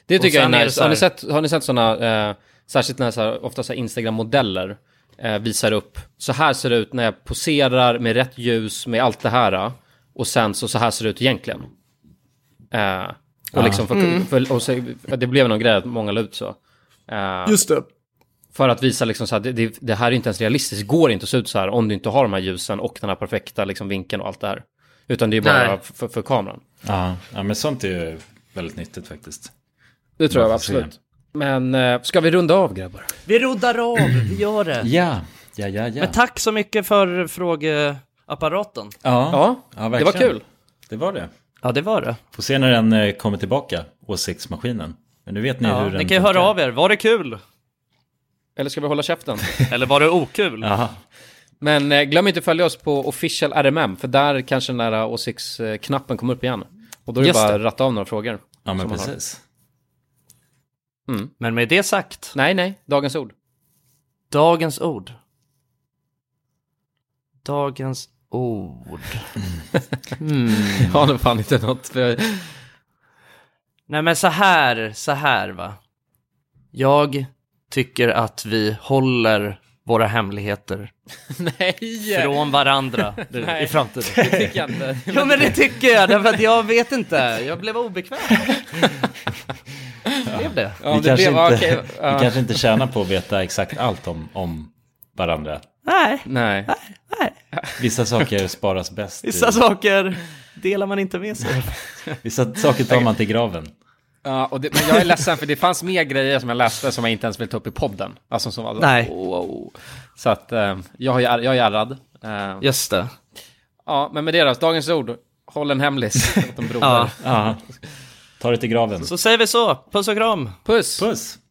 S3: Det
S8: Och
S3: tycker jag
S8: sen
S3: är
S8: är
S3: nice.
S8: det så här-
S3: Har ni sett, har ni sett sådana, eh, särskilt när så här, ofta så här Instagram-modeller eh, visar upp, så här ser det ut när jag poserar med rätt ljus, med allt det här. eh, Och sen så, så här ser det ut egentligen. Eh, och
S2: Ja.
S3: liksom, för,
S2: Mm.
S3: för, och så, det blev någon grej att många la ut så. Eh,
S8: Just det.
S3: För att visa liksom så här, det, det, det här är inte ens realistiskt, det går inte att se ut så här om du inte har de här ljusen och den här perfekta liksom, vinkeln och allt det här. Utan det är bara
S2: Nej.
S3: för, för kameran.
S2: Ja, ja, men sånt är ju väldigt nyttigt faktiskt.
S3: Det tror jag
S2: Man får se.
S3: absolut. Men eh, ska vi runda av grabbar?
S8: Vi roddar av, vi gör det.
S2: Ja, ja, ja, ja.
S8: Men tack så mycket för frågeapparaten.
S2: Ja,
S8: det var
S2: verkligen.
S8: kul.
S2: Det var det.
S8: Ja, det var det.
S2: Får se när den eh, kommer tillbaka, åsiktsmaskinen. Men nu vet ni
S8: Ja,
S2: hur den
S8: ni kan ju höra av er. Var det (laughs) kul?
S3: Eller ska vi hålla käften?
S8: Eller var det okul?
S3: Men eh, glöm inte att följa oss på official RMM, för där kanske den där eh, åsiktsknappen kommer upp igen. Och då är det
S8: Just
S3: bara
S8: det.
S3: att ratta av några frågor.
S2: Ja, men
S3: som man har.
S2: precis.
S3: Mm.
S8: Men med det sagt.
S3: Nej, nej. Dagens ord.
S8: Dagens ord. Dagens ord. Mm.
S3: Jag har nog fan inte något. För jag...
S8: Nej men så här, så här va. Jag tycker att vi håller våra hemligheter
S3: Nej!
S8: från (laughs) varandra nu,
S3: Nej,
S8: i framtiden.
S3: det tycker jag inte.
S8: Jo men det tycker jag, därför att jag vet inte, jag blev obekväm. Det det.
S2: vi, kanske inte, (laughs) vi kanske inte tjänar på att veta exakt allt om, om varandra.
S8: Nej.
S3: Nej.
S2: Vissa
S8: (laughs)
S2: saker sparas bäst. i-
S8: Vissa saker delar man inte med sig.
S2: Vissa saker tar man till graven.
S3: Ja, och det, men jag är ledsen för det fanns mer grejer som jag läste som jag inte ens vill ta upp i podden. Alltså som var
S8: Nej.
S3: wow. Så att eh, jag, har ju är- jag är ärrad. Eh,
S8: Just det.
S3: Ja, men med deras dagens ord, håll en hemlis åt en broder.
S8: Ja.
S2: Ja. Ta det till graven.
S8: Så säger vi så. Puss och kram.
S3: Puss.
S2: Puss.